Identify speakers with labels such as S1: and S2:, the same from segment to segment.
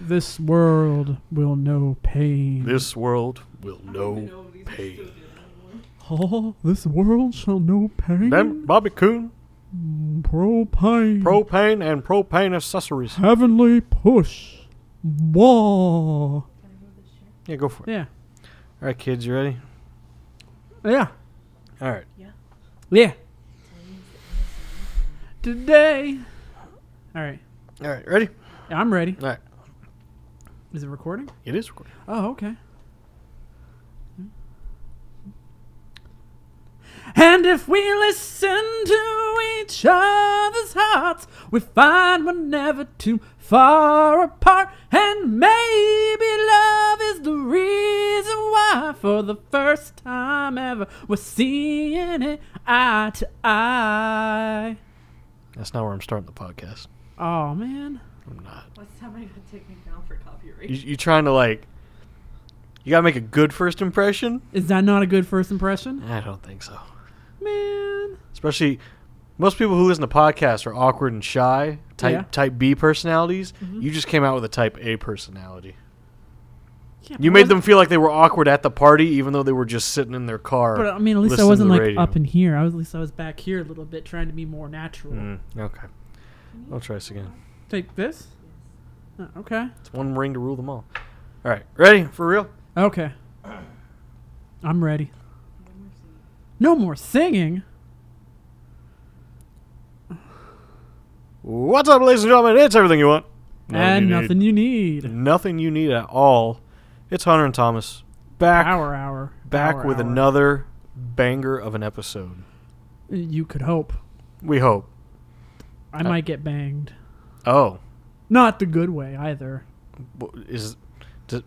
S1: This world will know pain.
S2: This world will know pain.
S1: Oh, this world shall know pain.
S2: Them Bobby Coon,
S1: propane.
S2: propane and propane accessories.
S1: Heavenly push. Wah.
S2: Yeah, go for it.
S1: Yeah.
S2: All right, kids, you ready?
S1: Yeah.
S2: All right.
S1: Yeah. Today. All right.
S2: All right, ready?
S1: Yeah, I'm ready.
S2: All right.
S1: Is it recording?
S2: It is recording.
S1: Oh, okay. And if we listen to each other's hearts, we find we're never too far apart. And maybe love is the reason why, for the first time ever, we're seeing it eye to eye.
S2: That's not where I'm starting the podcast.
S1: Oh, man.
S2: I'm not.
S3: What's that gonna take me down for copyright?
S2: You, you trying to like? You gotta make a good first impression.
S1: Is that not a good first impression?
S2: I don't think so.
S1: Man.
S2: Especially, most people who listen to podcasts are awkward and shy. Type
S1: Yeah.
S2: Type B personalities.
S3: Mm-hmm.
S2: You just came out with a Type A personality.
S1: Yeah,
S2: You
S1: but
S2: made
S1: wasn't-
S2: them feel like they were awkward at the party, even though they were just sitting in their car.
S1: But I mean, at least I
S2: listening to
S1: wasn't
S2: the
S1: like
S2: radio.
S1: up in here. I was at least I was back here a little bit, trying to be more natural.
S2: Mm, okay. I'll try this again.
S1: Take this. Oh, okay.
S2: It's one ring to rule them all. All right, ready for real?
S1: Okay. I'm ready. No more singing.
S2: What's up, ladies and gentlemen? It's everything you want,
S1: and
S2: you need.
S1: nothing you need.
S2: nothing you need at all. It's Hunter and Thomas back,
S1: Hour, hour.
S2: back
S1: hour,
S2: with
S1: hour.
S2: another banger of an episode.
S1: You could hope.
S2: We hope.
S1: I
S2: Uh,
S1: might get banged.
S2: Oh,
S1: Not the good way either.
S2: w- is does,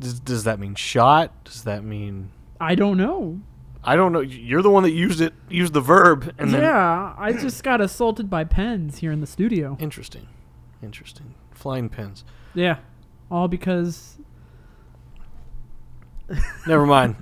S2: does does that mean shot? Does that mean
S1: I don't know.
S2: I don't know? You're the one that used it, used the verb, and then
S1: yeah, I just got assaulted by pens here in the studio.
S2: interesting, interesting. Flying pins.
S1: Yeah, all because
S2: Never mind.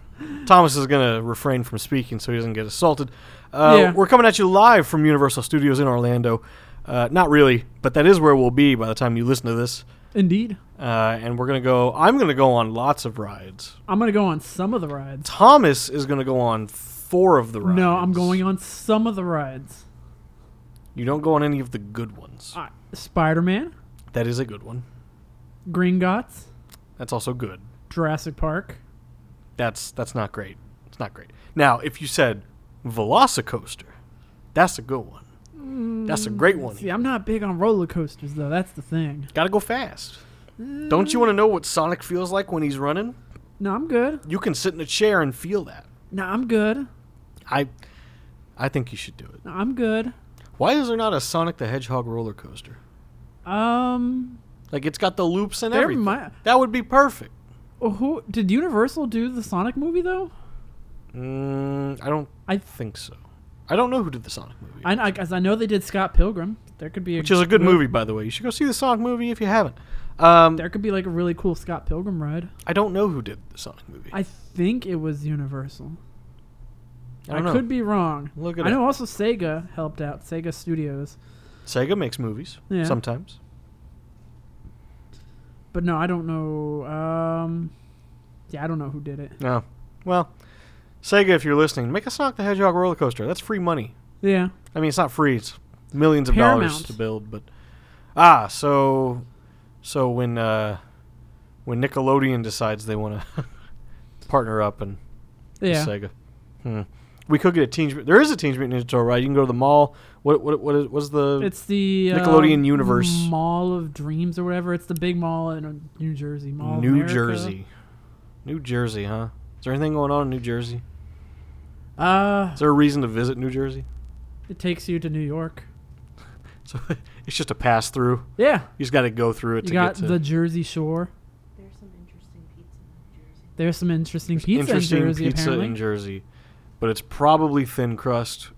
S2: Thomas is going to refrain from speaking so he doesn't get assaulted. Uh,
S1: Yeah.
S2: We're coming at you live from Universal Studios in Orlando. Uh, not really, but that is where we'll be by the time you listen to this.
S1: indeed
S2: Uh, and we're going to go, I'm going to go on lots of rides.
S1: I'm gonna go on some of the rides.
S2: Thomas is going to go on four of the rides.
S1: No, I'm going on some of the rides.
S2: You don't go on any of the good ones.
S1: Uh, Spider Man,
S2: That is a good one.
S1: Green Gots,
S2: That's also good.
S1: Jurassic Park.
S2: That's that's not great. It's not great. Now, if you said Velocicoaster, that's a good one. That's a great one.
S1: See, I'm not big on roller coasters though. That's the thing.
S2: Gotta go fast. Don't you want to know what Sonic feels like when he's running?
S1: No, I'm good.
S2: You can sit in a chair and feel that.
S1: No, I'm good.
S2: I, I think you should do it.
S1: No, I'm good.
S2: Why is there not a Sonic the Hedgehog roller coaster?
S1: Um,
S2: Like it's got the loops and
S1: There
S2: everything.
S1: might- oh,
S2: that would be perfect.
S1: who did Universal do the Sonic movie though?
S2: Mm, I don't
S1: I-
S2: think so. I don't know who did the Sonic movie,
S1: I, I guess I know they did Scott Pilgrim. There could be a
S2: which is a good movie, by the way. You should go see the Sonic movie if you haven't. Um,
S1: There could be like a really cool Scott Pilgrim ride.
S2: I don't know who did the Sonic movie. I,
S1: I think it was Universal. I,
S2: don't know.
S1: could be wrong.
S2: Look it
S1: I know also Sega helped out. Sega Studios.
S2: Sega makes movies
S1: Yeah.
S2: sometimes.
S1: But no, I don't know. Um, yeah, I don't know who did it.
S2: No. Oh, Well, Sega, if you're listening, make a Sonic the Hedgehog roller coaster. That's free money.
S1: Yeah,
S2: I mean, it's not free. It's millions of dollars
S1: Paramount.
S2: to build. But ah, so so when uh, when Nickelodeon decides they want to partner up and with
S1: yeah.
S2: Sega, hmm. we could get a Teenage. Mut- There is a Teenage Mutant Ninja Turtle ride. You can go to the mall. What what what is what's the?
S1: It's the uh,
S2: Nickelodeon Universe.
S1: Mall of Dreams or whatever. It's the big mall in uh, New Jersey. Mall of
S2: New
S1: America.
S2: Jersey. New Jersey, huh? Is there anything going on in New Jersey?
S1: Uh,
S2: Is there a reason to visit New Jersey?
S1: it takes you to New York.
S2: So it's just a pass through.
S1: Yeah,
S2: You just got to go through it
S1: you
S2: to
S1: got
S2: get to
S1: the Jersey Shore.
S3: There's some interesting pizza in New Jersey.
S1: There's some interesting
S2: There's
S1: pizza
S2: interesting
S1: in Jersey.
S2: pizza
S1: apparently,
S2: in Jersey, but it's probably thin crust,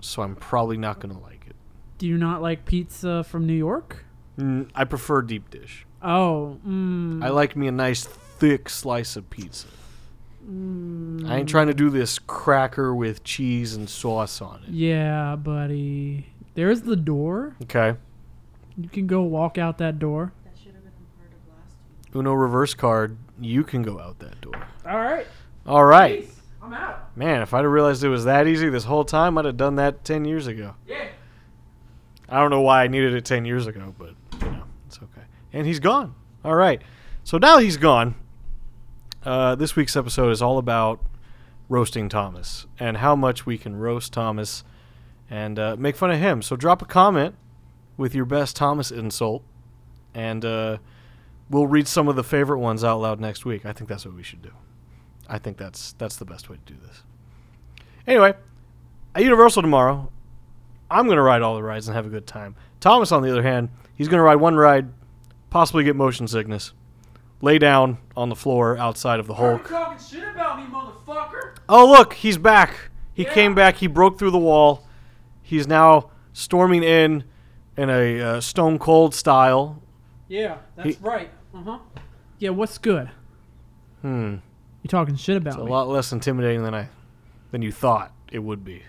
S2: so I'm probably not gonna like it.
S1: do you not like pizza from New York?
S2: Mm, I prefer deep dish.
S1: Oh, mm,
S2: I like me a nice thick slice of pizza.
S1: mm,
S2: I ain't trying to do this cracker with cheese and sauce on it.
S1: Yeah, buddy. There's the door.
S2: Okay.
S1: You can go walk out that door.
S3: That should have been a part of last
S2: Uno reverse card, you can go out that door.
S1: All right.
S2: All right.
S1: Peace. I'm out.
S2: Man, if I'd have realized it was that easy this whole time, I'd have done that 10 years ago.
S1: Yeah.
S2: I don't know why I needed it 10 years ago, but you know, it's okay. And he's gone. All right. So now he's gone. Uh, this week's episode is all about roasting Thomas and how much we can roast Thomas and uh, make fun of him. So drop a comment with your best Thomas insult, and uh, we'll read some of the favorite ones out loud next week. I think that's what we should do. I think that's that's the best way to do this. Anyway, at Universal tomorrow, I'm going to ride all the rides and have a good time. Thomas, on the other hand, he's going to ride one ride, possibly get motion sickness, lay down on the floor outside of the Hulk.
S1: talking shit about me, motherfucker.
S2: Oh, look, he's back. He
S1: Yeah.
S2: came back. He broke through the wall. He's now storming in in a uh, stone cold style.
S1: Yeah, that's
S2: He-
S1: right. Uh huh. Yeah, what's good?
S2: Hmm.
S1: You talking shit about
S2: It's a
S1: me?
S2: lot less intimidating than I than you thought it would be.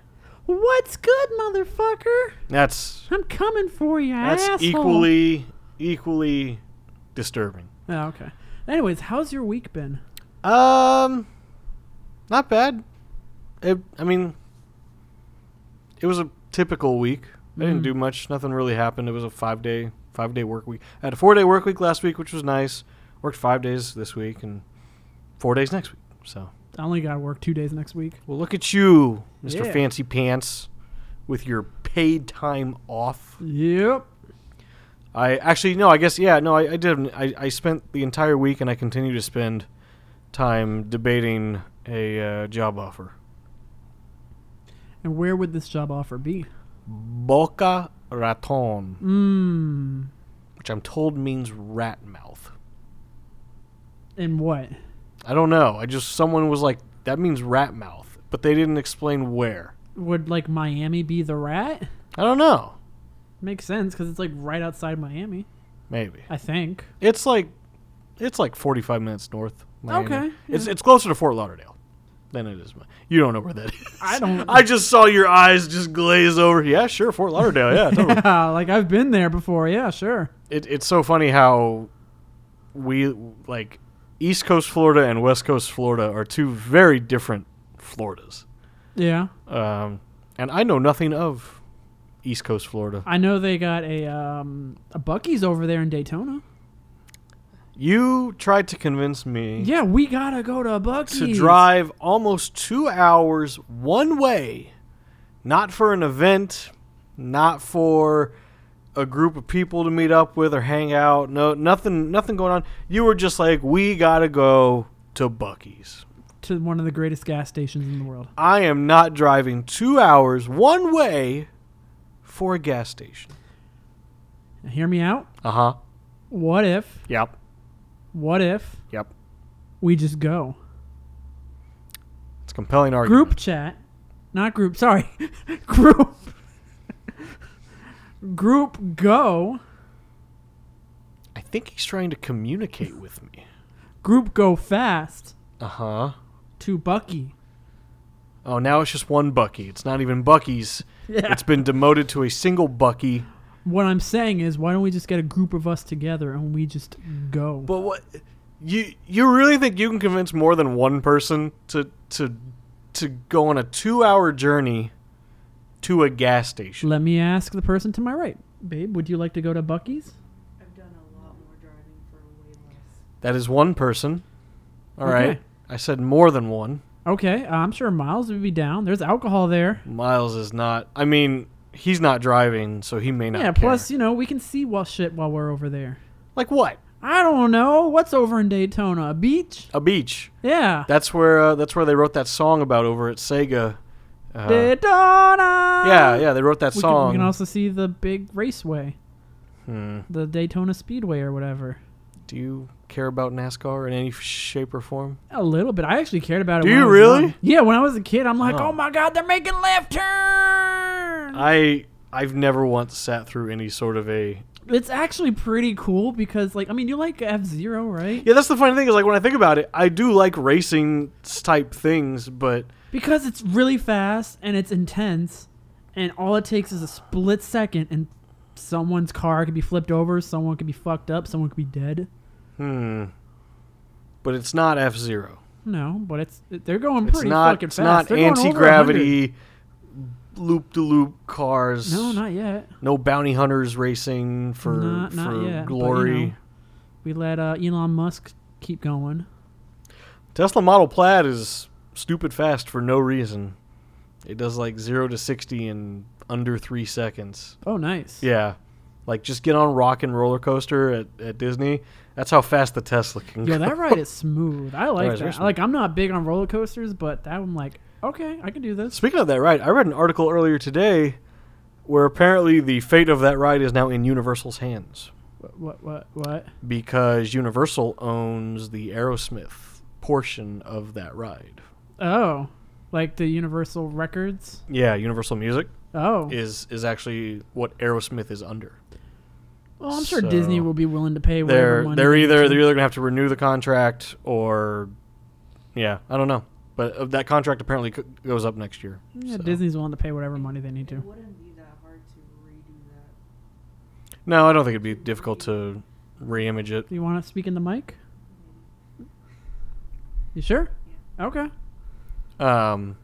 S1: What's good, motherfucker?
S2: That's
S1: I'm coming for you,
S2: that's
S1: asshole.
S2: equally equally disturbing.
S1: Oh, okay. Anyways, how's your week been?
S2: Um, not bad. It, I mean, it was a typical week. I didn't
S1: Mhm.
S2: do much. Nothing really happened. It was a five day five day work week. I had a four day work week last week, which was nice. Worked five days this week and four days next week. So,
S1: I only got to work two days next week.
S2: well, look at you, Mister
S1: Yeah.
S2: Fancy Pants, with your paid time off.
S1: Yep.
S2: I actually no. I guess yeah. No, I, I did. I, I spent the entire week, and I continue to spend time debating a uh, job offer.
S1: And where would this job offer be?
S2: Boca Raton,
S1: Mmm.
S2: which I'm told means rat mouth.
S1: And what?
S2: I don't know. I just someone was like that means rat mouth, but they didn't explain where.
S1: Would like Miami be the rat?
S2: I don't know.
S1: Makes sense because it's like right outside Miami,
S2: Maybe
S1: I think.
S2: it's like it's like 45 minutes north. Miami.
S1: Okay,
S2: It's
S1: yeah.
S2: it's closer to Fort Lauderdale than it is. Mi- You don't know where that is.
S1: I don't-
S2: I just saw your eyes just glaze over. Yeah, sure, Fort Lauderdale. Oh, Yeah, totally.
S1: Yeah, like I've been there before. Yeah, sure.
S2: it, it's so funny how we like East Coast Florida and West Coast Florida are two very different Floridas.
S1: Yeah,
S2: Um, and I know nothing of East Coast Florida.
S1: I know they got a um a Bucky's over there in Daytona.
S2: You tried to convince me
S1: Yeah, we gotta go to a Bucky's
S2: to drive almost two hours one way, not for an event, not for a group of people to meet up with or hang out. No, nothing, nothing going on. You were just like, we gotta go to Bucky's.
S1: to one of the greatest gas stations in the world.
S2: I am not driving two hours one way for a gas station.
S1: Now, hear me out.
S2: Uh huh.
S1: What if?
S2: Yep.
S1: What if
S2: Yep.
S1: we just go
S2: It's a compelling argument.
S1: group chat? Not group. Sorry, group. group go.
S2: I think he's trying to communicate with me.
S1: Group go fast
S2: Uh huh.
S1: to Bucky.
S2: Oh, now it's just one Bucky. It's not even Bucky's.
S1: Yeah.
S2: It's been demoted to a single Bucky.
S1: What I'm saying is, why don't we just get a group of us together and we just go?
S2: But what? You you really think you can convince more than one person to to to go on a two hour journey to a gas station?
S1: Let me ask the person to my right. Babe, would you like to go to Bucky's?
S3: I've done a lot more driving for way less.
S2: That is one person. All right.
S1: Okay.
S2: I said more than one.
S1: Okay, I'm sure Miles would be down. There's alcohol there.
S2: Miles is not. I mean, he's not driving, so he may not.
S1: yeah, plus,
S2: care.
S1: you know, we can see well shit while we're over there.
S2: like what?
S1: I don't know. What's over in Daytona? A beach?
S2: A beach.
S1: Yeah.
S2: That's where. Uh, that's where they wrote that song about over at Sega. Uh,
S1: Daytona!
S2: yeah, yeah, they wrote that
S1: We can,
S2: song.
S1: we can also see the big raceway,
S2: Hmm.
S1: the Daytona Speedway or whatever.
S2: Do you care about NASCAR in any shape or form?
S1: A little bit. I actually cared about it.
S2: Do
S1: when
S2: you
S1: I was
S2: really?
S1: young. Yeah, when I was a kid, I'm like,
S2: Oh.
S1: oh, my god, they're making left turns.
S2: I I've never once sat through any sort of a.
S1: it's actually pretty cool because, like, I mean, you like F Zero, right?
S2: Yeah, that's the funny thing is like when I think about it, I do like racing type things, but
S1: Because it's really fast and it's intense, and all it takes is a split second, and someone's car could be flipped over, someone could be fucked up, someone could be dead.
S2: hmm. but it's not F Zero.
S1: No, but it's they're going
S2: It's
S1: pretty
S2: not.
S1: fucking
S2: It's
S1: fast.
S2: not
S1: They're going over
S2: anti gravity, loop de loop cars.
S1: 100. No, not yet.
S2: no bounty hunters racing for
S1: Not- not
S2: for
S1: yet, but, you
S2: glory.
S1: know. We let uh, Elon Musk keep going.
S2: Tesla Model Plaid is stupid fast for no reason. It does like zero to sixty in under three seconds.
S1: Oh, nice.
S2: Yeah, like just get on Rock and Roller Coaster at, at Disney. That's how fast the Tesla can
S1: Yo,
S2: go.
S1: that ride is smooth. I like
S2: ride's very
S1: that.
S2: smooth.
S1: Like, I'm not big on roller coasters, but that I'm like, okay, I can do this.
S2: Speaking of that ride, I read an article earlier today where apparently the fate of that ride is now in Universal's hands
S1: What, what, what? what?
S2: because Universal owns the Aerosmith portion of that ride.
S1: Oh, like the Universal Records.
S2: Yeah, Universal Music.
S1: Oh,
S2: is is actually what Aerosmith is under.
S1: well, I'm sure Disney
S2: so
S1: will be willing to pay. whatever
S2: They're
S1: money
S2: they're
S1: they need
S2: either
S1: to.
S2: they're either gonna have to renew the contract or, yeah, I don't know. But uh, that contract apparently c- goes up next year.
S1: yeah,
S2: so.
S1: Disney's willing to pay whatever money they need
S3: It
S1: to.
S3: wouldn't be that hard to redo that.
S2: No, I don't think it'd be difficult to reimage it.
S1: Do you want to speak in the mic? You sure? Okay.
S2: Um,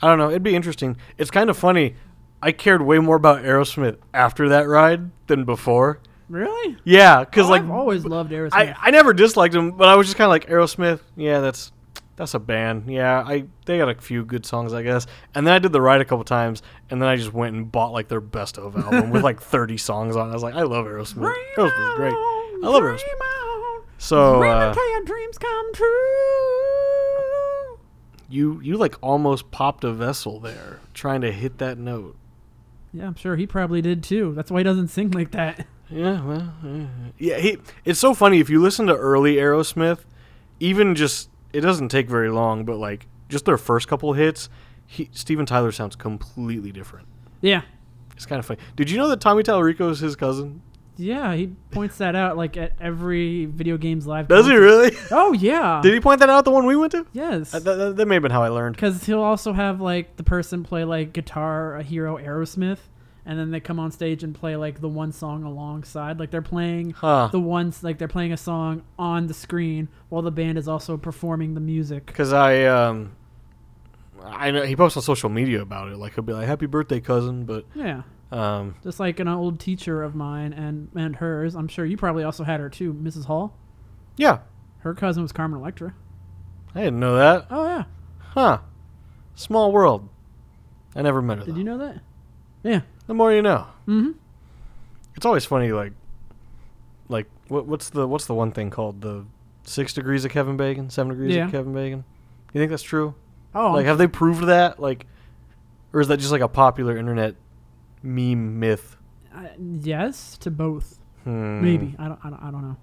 S2: I don't know. It'd be interesting. It's kind of funny. I cared way more about Aerosmith after that ride than before.
S1: Really?
S2: Yeah, because
S1: Oh,
S2: like
S1: I've always loved Aerosmith.
S2: I, I never disliked them, but I was just kind of like Aerosmith. Yeah, that's that's a band. Yeah, I they got a few good songs, I guess. And then I did the ride a couple times, and then I just went and bought like their best of album with like 30 songs on. it. I was like, I love Aerosmith. Aerosmith's great.
S1: on,
S2: I love
S1: dream
S2: Aerosmith.
S1: on,
S2: So
S1: dream
S2: uh,
S1: until your dreams come true.
S2: you you like almost popped a vessel there trying to hit that note.
S1: Yeah, I'm sure he probably did too. That's why he doesn't sing like that.
S2: Yeah, well, yeah. yeah. He, it's so funny if you listen to early Aerosmith, even just it doesn't take very long, but like just their first couple hits, he, Steven Tyler sounds completely different.
S1: Yeah,
S2: It's kind of funny. Did you know that Tommy Tallarico is his cousin?
S1: yeah. He points that out like at every video games live.
S2: Does he
S1: concert.
S2: really?
S1: Oh yeah.
S2: Did he point that out? The one we went to?
S1: Yes.
S2: Uh, that, that, that may have been how I learned.
S1: Because he'll also have like the person play like guitar a hero Aerosmith, and then they come on stage and play like the one song alongside. Like they're playing
S2: Huh.
S1: the ones like they're playing a song on the screen while the band is also performing the music.
S2: Because I um, I know he posts on social media about it. Like he'll be like, "Happy birthday, cousin," but
S1: Yeah.
S2: um,
S1: Just like an old teacher of mine and and hers. I'm sure you probably also had her too, Mrs. Hall.
S2: yeah,
S1: Her cousin was Carmen Electra.
S2: I didn't know that.
S1: Oh yeah.
S2: Huh? Small world. I never met her.
S1: Did
S2: though.
S1: you know that? Yeah.
S2: The more you know.
S1: Mm-hmm.
S2: It's always funny, like, like what, what's the what's the one thing called the six degrees of Kevin Bacon, seven degrees
S1: Yeah.
S2: of Kevin Bacon? You think that's true?
S1: Oh,
S2: Like, have they proved that? Like, or is that just like a popular internet meme myth?
S1: I, yes to both.
S2: Hmm.
S1: Maybe I don't, I don't. I don't know.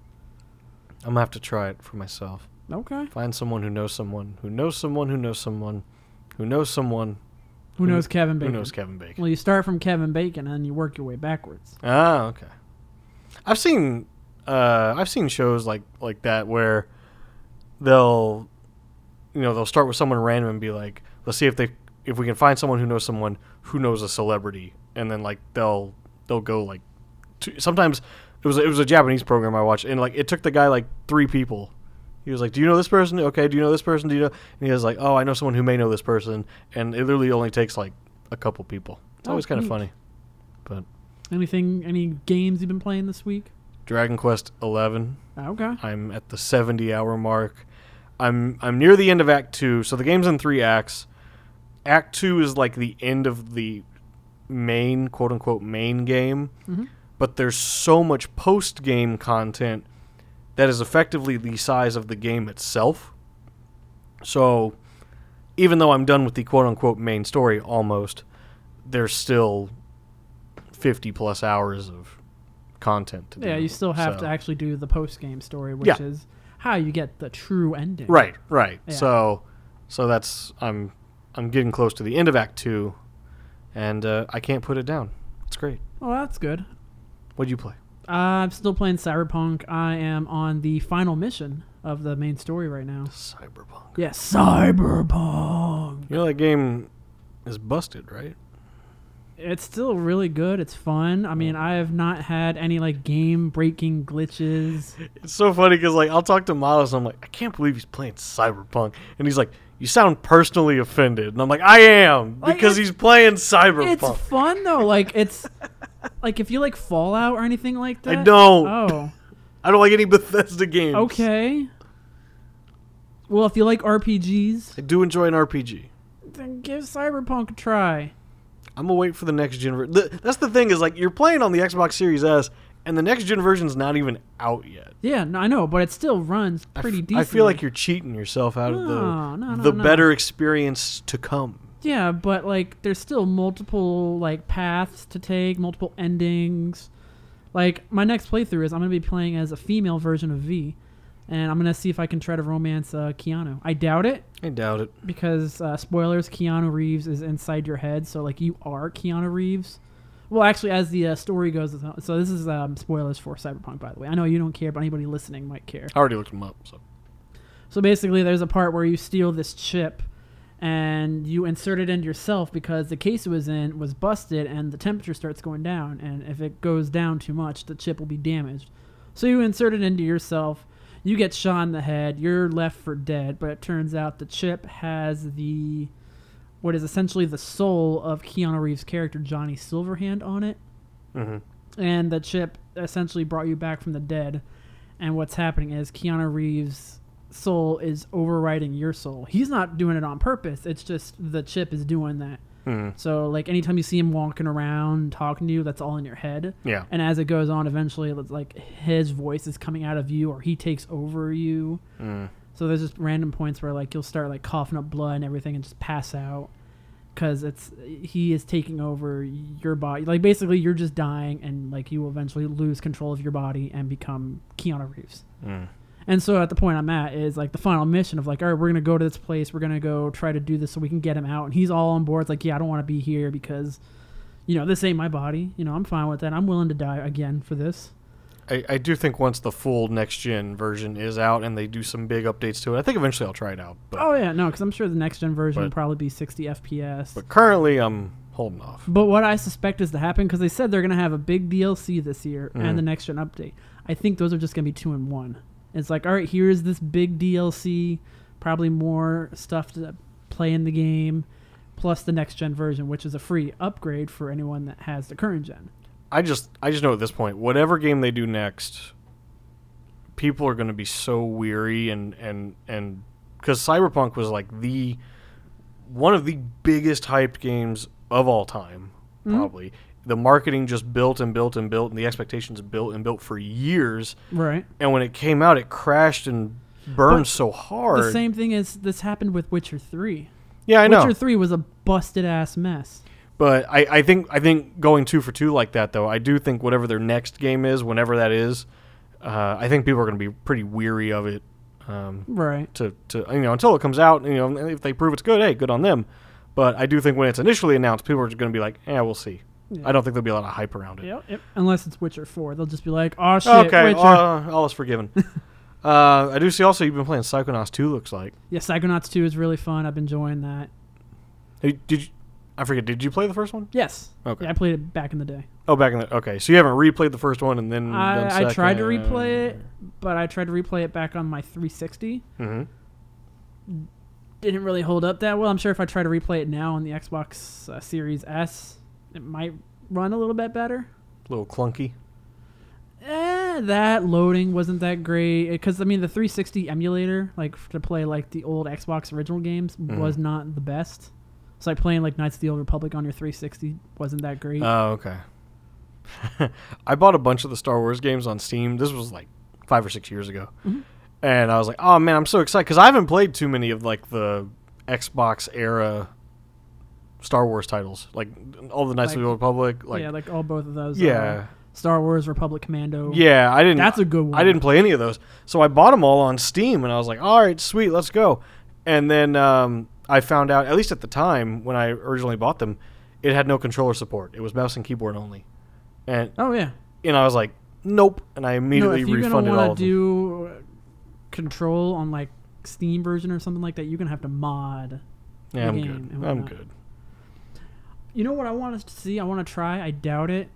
S2: I'm gonna have to try it for myself.
S1: Okay.
S2: Find someone who knows someone who knows someone who knows someone who knows someone
S1: Who
S2: Who-
S1: knows Kevin Bacon?
S2: who knows Kevin Bacon.
S1: Well, you start from Kevin Bacon and you work your way backwards.
S2: Ah, okay. I've seen uh, I've seen shows like like that where they'll you know they'll start with someone random and be like, let's see if they if we can find someone who knows someone who knows a celebrity, and then like they'll they'll go like to, sometimes it was it was a Japanese program I watched and like it took the guy like three people. He was like, "Do you know this person? Okay, do you know this person? Do you know?" And he was like, "Oh, I know someone who may know this person," and it literally only takes like a couple people. It's
S1: Oh,
S2: always kind of
S1: neat.
S2: funny, but.
S1: Anything? Any games you've been playing this week?
S2: Dragon Quest Eleven.
S1: Ah, Okay.
S2: I'm at the 70 hour mark. I'm I'm near the end of Act Two. So the game's in three acts. Act Two is like the end of the main quote unquote main game,
S1: Mhm.
S2: but there's so much post game content that is effectively the size of the game itself. So even though I'm done with the quote unquote main story almost, there's still 50 plus hours of content. To
S1: Yeah,
S2: do.
S1: you still have
S2: So-
S1: to actually do the post game story, which
S2: Yeah.
S1: is how you get the true ending.
S2: Right, right.
S1: Yeah.
S2: So, so that's I'm I'm getting close to the end of Act Two, and uh, I can't put it down. It's great.
S1: Well, that's good.
S2: What'd you play?
S1: I'm still playing Cyberpunk. I am on the final mission of the main story right now.
S2: Cyberpunk.
S1: Yes, Cyberpunk.
S2: You know that game is busted, right?
S1: It's still really good. It's fun. I mean, I have not had any like game breaking glitches.
S2: It's so funny because like I'll talk to Miles and I'm like, I can't believe he's playing Cyberpunk, and he's like, you sound personally offended, and I'm like, I am
S1: Like,
S2: because
S1: it's-
S2: he's playing
S1: It's
S2: Cyberpunk.
S1: fun though. Like it's like if you like Fallout or anything like
S2: I
S1: that.
S2: don't.
S1: Oh,
S2: I don't like any Bethesda games.
S1: okay. Well, if you like RPGs,
S2: I do enjoy an RPG.
S1: then give Cyberpunk a try.
S2: I'm gonna wait for the next gen. Ver- Th- that's the thing is like you're playing on the Xbox Series S, and the next gen version's not even out yet.
S1: Yeah, no, I know, but it still runs
S2: I f-
S1: pretty
S2: I
S1: decent.
S2: feel like you're cheating yourself out of
S1: No,
S2: the
S1: no, no,
S2: the
S1: no.
S2: better experience to come.
S1: Yeah, but like there's still multiple like paths to take, multiple endings. Like my next playthrough is I'm gonna be playing as a female version of V, and I'm gonna see if I can try to romance uh, Keanu. I doubt it
S2: I doubt it.
S1: because uh, spoilers: Keanu Reeves is inside your head, so like you are Keanu Reeves. Well, actually, as the uh, story goes, it's- so this is um, spoilers for Cyberpunk, by the way. I know you don't care, but anybody listening might care.
S2: I already looked him up. So
S1: So basically, there's a part where you steal this chip and you insert it into yourself because the case it was in was busted and the temperature starts going down. And if it goes down too much, the chip will be damaged. So you insert it into yourself. You get shot in the head. You're left for dead. But it turns out the chip has the. What is essentially the soul of Keanu Reeves' character Johnny Silverhand on it
S2: Mhm.
S1: and the chip essentially brought you back from the dead. And what's happening is Keanu Reeves' soul is overriding your soul. He's not doing it on purpose. It's just the chip is doing that.
S2: Hmm.
S1: So like anytime you see him walking around talking to you, that's all in your head.
S2: yeah,
S1: And as it goes on, eventually, it's like his voice is coming out of you, or he takes over you.
S2: Mm.
S1: So there's just random points where like you'll start like coughing up blood and everything, and just pass out because it's he is taking over your body. Like basically, you're just dying, and like you will eventually lose control of your body and become Keanu Reeves.
S2: Mm.
S1: And so at the point I'm at is like the final mission of like, all right, we're gonna go to this place, we're gonna go try to do this so we can get him out. And he's all on board. It's like, yeah, I don't want to be here because, you know, this ain't my body. You know, I'm fine with that. I'm willing to die again for this.
S2: I, I do think once the full next gen version is out and they do some big updates to it, I think eventually I'll try it out. But
S1: Oh yeah, no, because I'm sure the next gen version will
S2: But-
S1: probably be 60 FPS. But,
S2: but currently I'm holding off.
S1: what I suspect is to happen because they said they're gonna have a big DLC this year
S2: Mm.
S1: and the next gen update. I think those are just gonna be two in one. It's like, all right, here's this big DLC, probably more stuff to play in the game, plus the next gen version, which is a free upgrade for anyone that has the current gen.
S2: I just I just know at this point, whatever game they do next, people are going to be so weary and and and because Cyberpunk was like the one of the biggest hyped games of all time,
S1: Mm-hmm.
S2: probably. The marketing just built and built and built, and the expectations built and built for years.
S1: Right.
S2: And when it came out, it crashed and burned
S1: But
S2: so hard.
S1: The same thing is this happened with Witcher Three.
S2: yeah, I know.
S1: Witcher Three was a busted ass mess.
S2: But I, I think I think going two for two like that though, I do think whatever their next game is, whenever that is, uh, I think people are going to be pretty weary of it. Um,
S1: Right.
S2: to, to you know until it comes out, you know and if they prove it's good, hey, good on them. But I do think when it's initially announced, people are going to be like, yeah, we'll see.
S1: Yeah.
S2: I don't think there'll be a lot of hype around it.
S1: Yep, yep. Unless it's Witcher Four, they'll just be like, "Oh shit,
S2: Okay,
S1: Witcher."
S2: all, all is forgiven. uh, I do see also you've been playing Psychonauts 2, looks like.
S1: yeah, Psychonauts Two is really fun. I've been enjoying that.
S2: Hey, Did you, I forget, did you play the first one?
S1: Yes.
S2: Okay.
S1: Yeah, I played it back in the day.
S2: Oh, back in the. Okay, so you haven't replayed the first one and Mm, then. done
S1: I, I tried to
S2: second.
S1: replay it, but I tried to replay it back on my 360.
S2: Mhm.
S1: Didn't really hold up that well. I'm sure if I try to replay it now on the Xbox uh, Series S, it might run a little bit better.
S2: A little clunky.
S1: Eh, that loading wasn't that great because I mean the 360 emulator, like f- to play like the old Xbox original games,
S2: Mm-hmm.
S1: was not the best. So like playing like Knights of the Old Republic on your 360 wasn't that great.
S2: Oh, okay. I bought a bunch of the Star Wars games on Steam. This was like five or six years ago,
S1: Mm-hmm.
S2: and I was like, "Oh man, I'm so excited!" Because I haven't played too many of like the Xbox era Star Wars titles, like all the Knights
S1: Like-
S2: of the Old Republic. Like,
S1: yeah, like all both of those. uh,
S2: yeah,
S1: Star Wars Republic Commando.
S2: yeah. I didn't.
S1: That's a good one.
S2: I didn't play any of those, so I bought them all on Steam, and I was like, "All right, sweet, let's go." And then um, I found out, at least at the time when I originally bought them, it had no controller support. It was mouse and keyboard only, and
S1: Oh yeah.
S2: and I was like, "Nope," and I
S1: No,
S2: immediately
S1: if you're gonna
S2: refunded all
S1: want
S2: of
S1: to
S2: them.
S1: do uh, control on like Steam version or something like that, you're gonna have to mod.
S2: yeah, I'm
S1: game and
S2: good. I'm
S1: whatnot.
S2: good.
S1: You know what I want us to see? I want to try. I doubt it.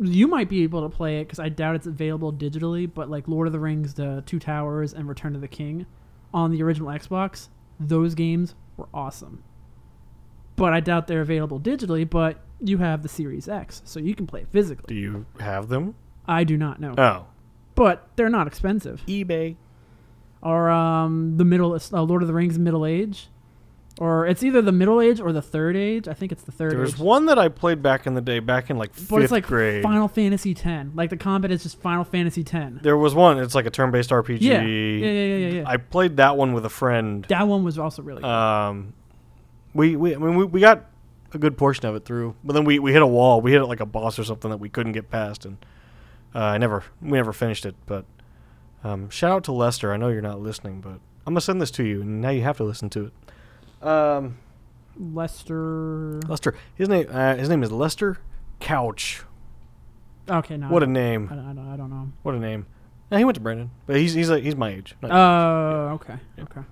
S1: You might be able to play it because I doubt it's available digitally. But like Lord of the Rings, The Two Towers, and Return of the King, on the original Xbox, those games were awesome. But I doubt they're available digitally. But you have the Series X, so you can play it physically.
S2: Do you have them?
S1: I do not know,
S2: Oh,
S1: but they're not expensive.
S2: eBay.
S1: Or um, the middle, uh, Lord of the Rings, Middle Age, or it's either the Middle Age or the Third Age. I think it's the Third
S2: There
S1: Age.
S2: was one that I played back in the day, back in like fifth
S1: But it's like
S2: grade.
S1: Final Fantasy X. Like the combat is just Final Fantasy X.
S2: there was one. It's like a turn-based RPG.
S1: Yeah. Yeah, yeah, yeah, yeah, yeah.
S2: I played that one with a friend.
S1: that one was also really good.
S2: Um, we we I mean we, we got a good portion of it through, but then we, we hit a wall. We hit like a boss or something that we couldn't get past, and uh, I never we never finished it. But um, shout out to Lester. I know you're not listening, but I'm gonna send this to you, and now you have to listen to it. Um,
S1: Lester.
S2: Lester. His name uh, his name is Lester Couch.
S1: Okay, no.
S2: What
S1: I
S2: a
S1: I
S2: name!
S1: don't, I don't, I don't know.
S2: What a name! No, he went to Brandon, but he's he's like, he's my age. not
S1: Oh,
S2: your
S1: okay,
S2: Yeah.
S1: okay.
S2: age.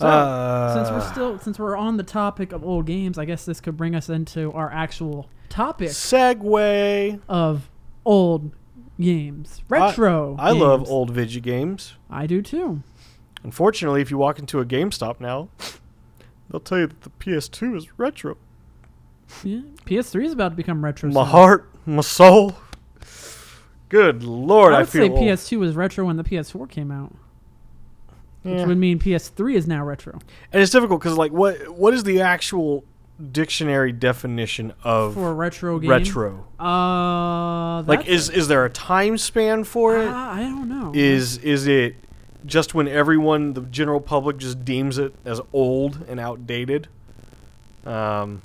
S1: So,
S2: Uh,
S1: since we're still since we're on the topic of old games, I guess this could bring us into our actual topic
S2: segue.
S1: of old games, retro.
S2: I love
S1: games.
S2: old video games.
S1: I do too.
S2: Unfortunately, if you walk into a GameStop now, they'll tell you that the PS2 is retro.
S1: Yeah. PS3 is about to become retro.
S2: My
S1: soon.
S2: heart, my soul. Good lord,
S1: I
S2: I,
S1: would
S2: feel
S1: say
S2: old.
S1: PS2 was retro when the PS4 came out,
S2: Yeah.
S1: which would mean PS3 is now retro.
S2: And it's difficult because, like, what what is the actual dictionary definition of
S1: for a retro game.
S2: retro?
S1: Uh,
S2: Like,
S1: that's
S2: is is there a time span for
S1: a-
S2: it?
S1: I, I don't know.
S2: Is is it just when everyone, the general public, just deems it as old and outdated? Um,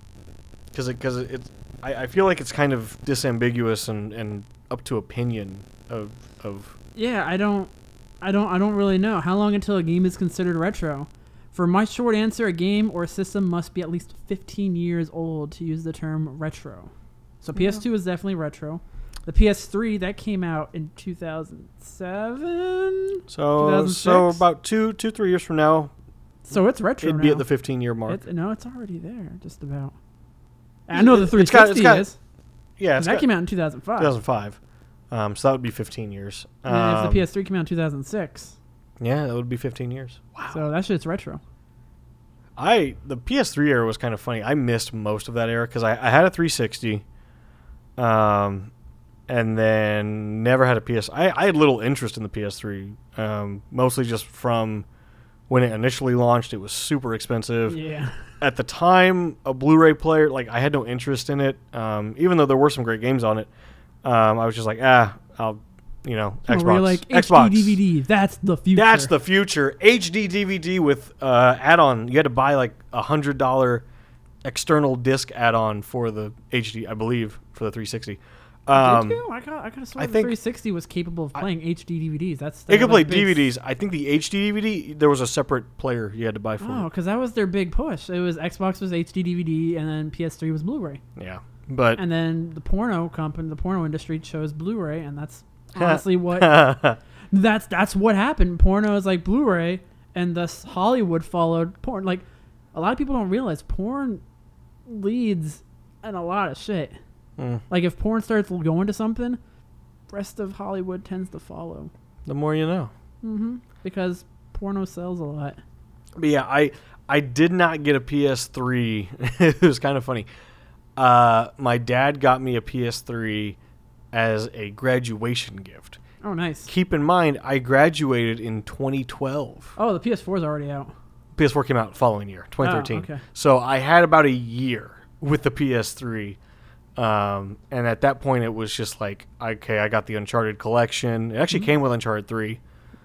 S2: because it because it, it's I, I feel like it's kind of disambiguous and and up to opinion of of
S1: yeah, I don't, I don't, I don't really know how long until a game is considered retro. For my short answer, a game or a system must be at least 15 years old to use the term retro. So PS2 is definitely retro. The PS3 that came out in 2007,
S2: so so
S1: 2006?
S2: about two two three years from now
S1: so it's retro
S2: it'd
S1: now.
S2: be at the fifteen year mark.
S1: It's- no, it's already there, just about. I know the
S2: It's got-
S1: 360
S2: it's got-
S1: is.
S2: yeah,
S1: and
S2: it's
S1: that
S2: got-
S1: came out in 2005.
S2: 2005. Um, so that would be 15 years.
S1: And then if
S2: Um,
S1: the PS3 came out in 2006.
S2: yeah, that would be 15 years. Wow.
S1: So that shit's retro.
S2: I the PS3 era was kind of funny. I missed most of that era because I, I had a 360, um, and then never had a PS. I, I had little interest in the PS3, um, mostly just from when it initially launched. It was super expensive
S1: Yeah.
S2: at the time. A Blu-ray player, like I had no interest in it, um, even though there were some great games on it. Um, I was just like, ah, I'll, you know, Xbox,
S1: Where you're like
S2: Xbox,
S1: HD DVD. That's the future.
S2: that's the future. HD DVD with uh, add-on. You had to buy like a hundred dollar external disc add-on for the HD, I believe, for the 360. Um,
S1: Did you? I kind of swear
S2: I
S1: the
S2: think-
S1: 360 was capable of playing HD DVDs. That's
S2: It
S1: their,
S2: could play
S1: like, big-
S2: DVDs. I think the HD DVD there was a separate player you had to buy for.
S1: Oh, because that was their big push. It was Xbox was HD DVD, and then PS3 was Blu-ray,
S2: it. Yeah, but
S1: and then the porno company, the porno industry chose Blu-ray, and that's honestly what
S2: yeah,
S1: that's that's what happened. Porno is like Blu-ray, and thus Hollywood followed porn. Like a lot of people don't realize porn leads in a lot of shit.
S2: Mm.
S1: Like if porn starts going to something, rest of Hollywood tends to follow.
S2: the more you know.
S1: Mm-hmm. Because porno sells a lot.
S2: But yeah, I I did not get a PS3. it was kind of funny. Uh, my dad got me a PS3 as a graduation gift.
S1: Oh, nice.
S2: Keep in mind, I graduated in 2012.
S1: Oh, the PS4 is already out.
S2: PS4 came out following year, 2013.
S1: okay.
S2: So I had about a year with the PS3. Um, and at that point, it was just like, okay, I got the Uncharted collection. It actually came with Uncharted 3,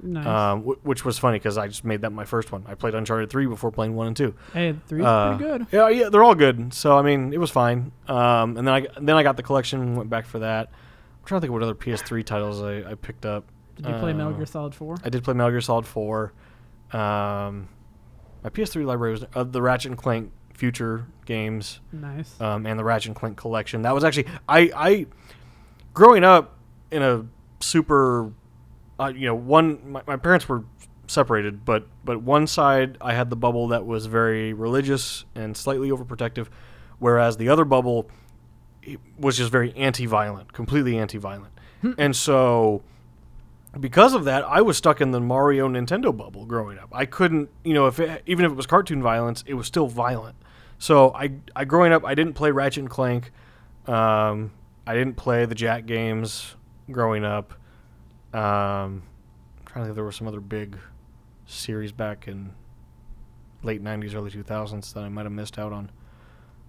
S1: Mm-hmm. Nice.
S2: um, w- which was funny because I just made that my first one. I played Uncharted 3 before playing 1 and 2.
S1: hey, three's
S2: Uh,
S1: pretty good.
S2: Yeah, yeah, they're all good. So I mean, it was fine. Um, and then I then I got the collection, went back for that. I'm trying to think of what other PS3 titles I, I picked up.
S1: Did you play Metal
S2: uh,
S1: Gear Solid 4?
S2: I did play Metal Gear Solid 4. Um, my PS3 library was uh, the Ratchet and Clank future games
S1: Nice.
S2: um, and the Ratchet and Clank collection. That was actually I I growing up in a super uh, you know one my, my parents were separated, but but one side I had the bubble that was very religious and slightly overprotective. whereas the other bubble it was just very anti-violent, completely anti-violent. And so because of that, I was stuck in the Mario Nintendo bubble growing up. I couldn't, you know, if it, even if it was cartoon violence, it was still violent. So I, I growing up, I didn't play Ratchet and Clank. Um, I didn't play the Jack games growing up. Um, I'm trying to think, if there were some other big series back in late '90s, early 2000s that I might have missed out on.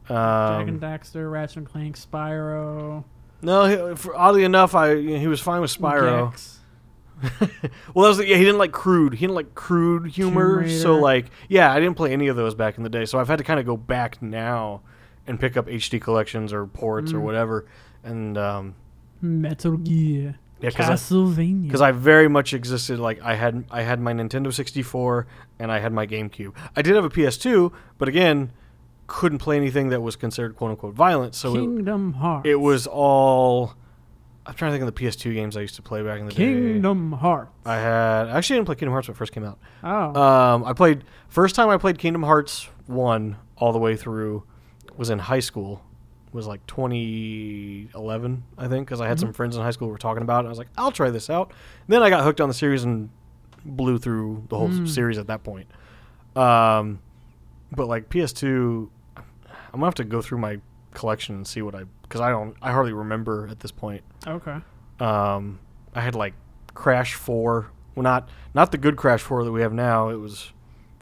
S1: Jack and
S2: Um,
S1: Daxter, Ratchet and Clank, Spyro,
S2: no, he- for, oddly enough, I he was fine with Spyro.
S1: Gex.
S2: well, that was the, yeah. He didn't like crude. He didn't like crude humor.
S1: Tomb
S2: So
S1: Raider.
S2: like, yeah, I didn't play any of those back in the day. So I've had to kind of go back now and pick up HD collections or ports or
S1: Mm.
S2: whatever. And um,
S1: Metal Gear,
S2: yeah, because
S1: Castlevania.
S2: because I, very much existed. Like I had I had my Nintendo 64 and I had my GameCube. I did have a PS2, but again, couldn't play anything that was considered quote unquote violent. So it,
S1: Kingdom Hearts.
S2: it was all. I'm trying to think of the PS2 games I used to play back in the day. Uh,
S1: Kingdom Hearts.
S2: I had actually I didn't play Kingdom Hearts when it first came out.
S1: oh,
S2: Um, I played first time I played Kingdom Hearts one all the way through was in high school. Was like 2011, I think, because I had some friends in high school who were talking about it. And I was like, I'll try this out. then I got hooked on the series and blew through the whole s-
S1: Mm.
S2: series at that point. Um, but like PS2, I'm gonna have to go through my collection and see what I because I don't I hardly remember at this point.
S1: okay.
S2: Um, I had like Crash Four. Well, not not the good Crash Four that we have now. It was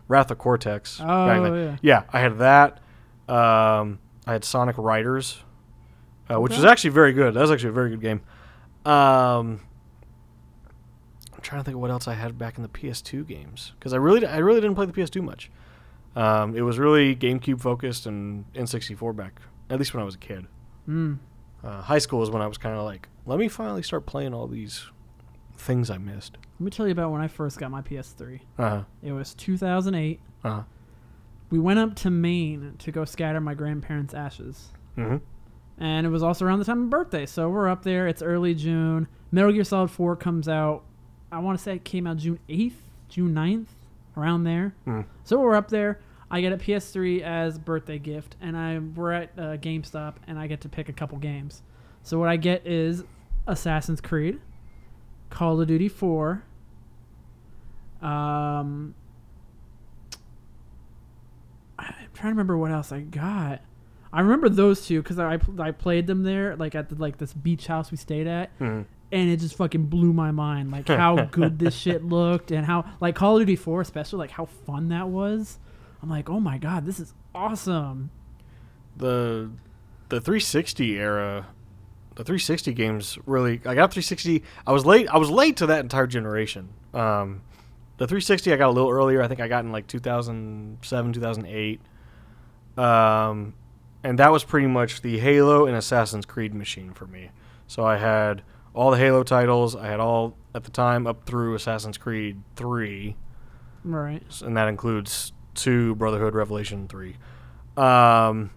S2: Wrath of Cortex. back
S1: Oh,
S2: then.
S1: yeah.
S2: I had that. Um, I had Sonic Riders, uh, which was
S1: Okay.
S2: actually very good. That was actually a very good game. Um, I'm trying to think of what else I had back in the PS2 games because I really I really didn't play the PS2 much. Um, it was really GameCube focused and N64 back at least when I was a kid
S1: Mm.
S2: uh, high school is when I was kind of like, let me finally start playing all these things I missed.
S1: Let me tell you about when I first got my PS3.
S2: Uh
S1: It was 2008.
S2: huh. Uh
S1: We went up to Maine to go scatter my grandparents' ashes.
S2: huh. hmm
S1: and it was also around the time of my birthday. So we're up there. It's early June. Metal Gear Solid 4 comes out. I want to say it came out June 8th, June 9th, around there.
S2: Hmm.
S1: So we're up there. I get a PS3 as birthday gift, and I we're at uh, GameStop, and I get to pick a couple games. So what I get is Assassin's Creed, Call of Duty 4, um, I'm trying to remember what else I got. I remember those two because I, pl- I played them there, like at the, like this beach house we stayed at,
S2: Mhm.
S1: and it just fucking blew my mind, like how good this shit looked and how like Call of Duty Four, especially like how fun that was. I'm like, oh my god, this is awesome.
S2: The the 360 era, the 360 games really. I got 360. I was late. I was late to that entire generation. Um, the 360 I got a little earlier. I think I got in like 2007, 2008. Um, and that was pretty much the Halo and Assassin's Creed machine for me. So I had all the Halo titles. I had all at the time up through Assassin's Creed 3
S1: Right.
S2: and that includes two Brotherhood, Revelation three, um,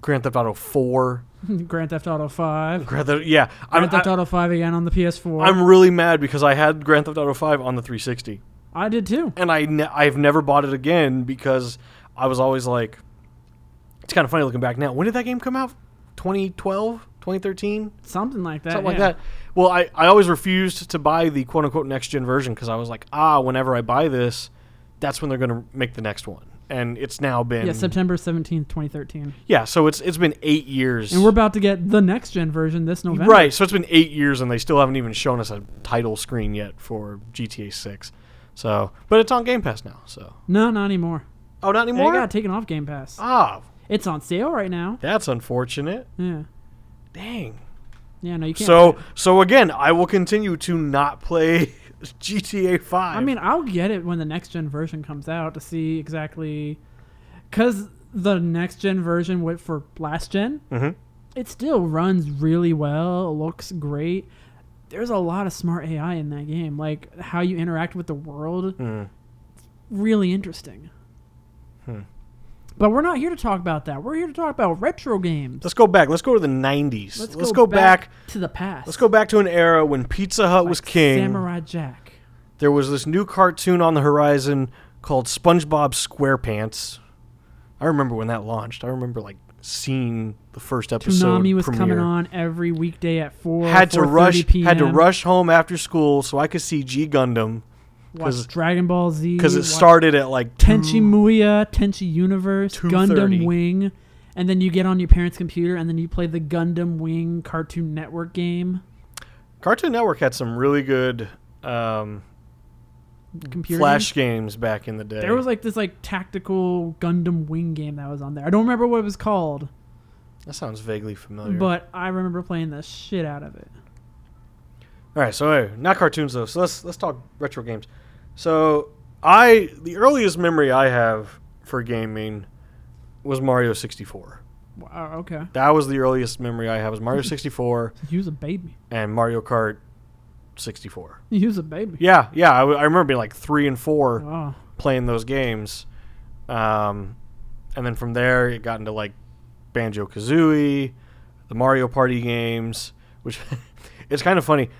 S2: Grand Theft Auto four.
S1: Grand Theft Auto Five.
S2: Grand Theft, yeah, I'm,
S1: Grand Theft
S2: I,
S1: Auto Five again on the PS4.
S2: I'm really mad because I had Grand Theft Auto five on the 360,
S1: I did too.
S2: and I ne- I've never bought it again because I was always like, it's kind of funny looking back now. When did that game come out? 2012, 2013,
S1: Something like that.
S2: something
S1: yeah.
S2: like that. Well, I, I always refused to buy the quote unquote next gen version because I was like, ah, whenever I buy this, that's when they're going to make the next one. And it's now been
S1: Yeah, September 17th, 2013.
S2: Yeah, so it's it's been eight years.
S1: And we're about to get the next gen version this November.
S2: right, so it's been eight years, and they still haven't even shown us a title screen yet for GTA Six. So, but it's on Game Pass now. So,
S1: No, not anymore.
S2: oh, not
S1: It
S2: anymore.
S1: got taken off Game Pass.
S2: ah,
S1: It's on sale right now.
S2: that's unfortunate.
S1: Yeah.
S2: Dang.
S1: Yeah, no, you can't.
S2: So, so again, I will continue to not play GTA Five.
S1: I mean, I'll get it when the next gen version comes out to see exactly. Because the next gen version went for last gen,
S2: Mhm.
S1: it still runs really well, looks great. There's a lot of smart AI in that game. Like how you interact with the world,
S2: Mm.
S1: really interesting.
S2: Hmm.
S1: But we're not here to talk about that. We're here to talk about retro games.
S2: let's go back. Let's go to the '90s. Let's, go, back.
S1: to the past.
S2: Let's go back to an era when Pizza Hut was
S1: Like
S2: king.
S1: Samurai Jack.
S2: there was this new cartoon on the horizon called SpongeBob SquarePants. I remember when that launched. I remember like seen the first episode.
S1: Tsunami was coming
S2: premiere.
S1: on every weekday at four.
S2: Had to
S1: 4:30
S2: rush.
S1: PM,
S2: Had to rush home after school so I could see G Gundam
S1: Watch
S2: 'cause-
S1: Dragon Ball Z
S2: because it
S1: watch
S2: started Mm. at like
S1: Tenchi
S2: two-
S1: Muya, Tenchi Universe,
S2: 2:30.
S1: Gundam Wing, and then you get on your parents' computer and then you play the Gundam Wing Cartoon Network game.
S2: Cartoon Network had some really good um,
S1: Computer
S2: Mm. flash games back in the day.
S1: game. There was like this like tactical Gundam Wing game that was on there. I don't remember what it was called,
S2: that sounds vaguely familiar.
S1: but I remember playing the shit out of it.
S2: All right, so anyway, not cartoons though. So let's let's talk retro games. So I the earliest memory I have for gaming was Mario 64.
S1: Wow, uh, okay.
S2: That was the earliest memory I have was Mario 64
S1: He was a baby.
S2: and Mario Kart 64.
S1: He was a baby.
S2: Yeah, yeah, I, w- I remember being like 3 and 4
S1: Wow.
S2: playing those games. Um, and then from there, it got into like Banjo Kazooie, the Mario Party games, which it's kind of funny.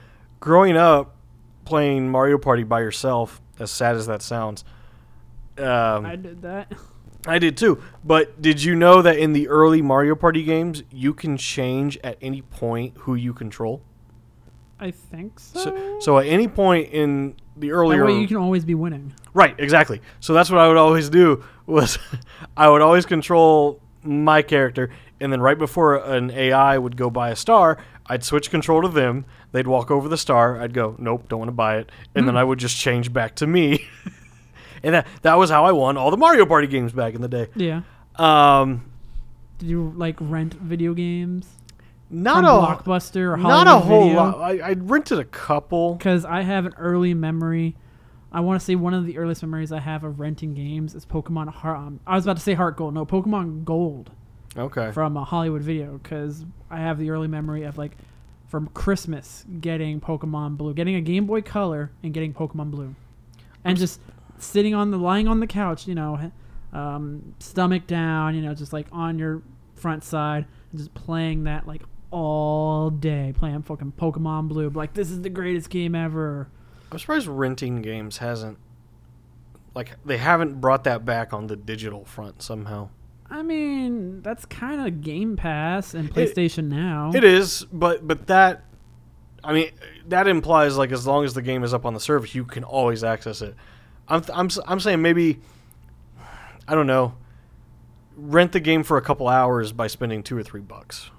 S2: Growing up playing Mario Party by yourself, as sad as that sounds, um,
S1: I
S2: I,
S1: did that.
S2: did too. But did you know that in the early Mario Party games, you can change at any point who you control?
S1: I think so.
S2: So, so at any point in the
S1: that
S2: earlier
S1: way you can always be winning.
S2: Right, exactly. So that's what I would always do was I would always control my character and then right before an AI would go buy a star, I'd switch control to them. They'd walk over the star. I'd go, "Nope, don't want to buy it." And
S1: Hmm.
S2: then I would just change back to me. and that that was how I won all the Mario Party games back in the day.
S1: Yeah.
S2: Um
S1: Did you like rent video games?
S2: not
S1: from
S2: a
S1: blockbuster or
S2: not a whole
S1: Video?
S2: lot. I, I rented a couple.
S1: because I have an early memory. I want to say one of the earliest memories I have of renting games is Pokemon Heart. Um, I was about to say Heart Gold, no, Pokemon Gold
S2: Okay.
S1: from a Hollywood video because I have the early memory of like from Christmas getting Pokemon Blue, getting a Game Boy Color, and getting Pokemon Blue, and just sitting on the lying on the couch, you know, um, stomach down, you know, just like on your front side, and just playing that like all day, playing fucking Pokemon Blue, like this is the greatest game ever.
S2: I'm surprised renting games hasn't like they haven't brought that back on the digital front somehow.
S1: I mean, that's kind of Game Pass and
S2: It-
S1: PlayStation Now.
S2: It is, but but that I mean that implies like as long as the game is up on the service, you can always access it. I'm th- I'm s- I'm saying maybe I don't know. Rent the game for a couple hours by spending 2 or 3 bucks.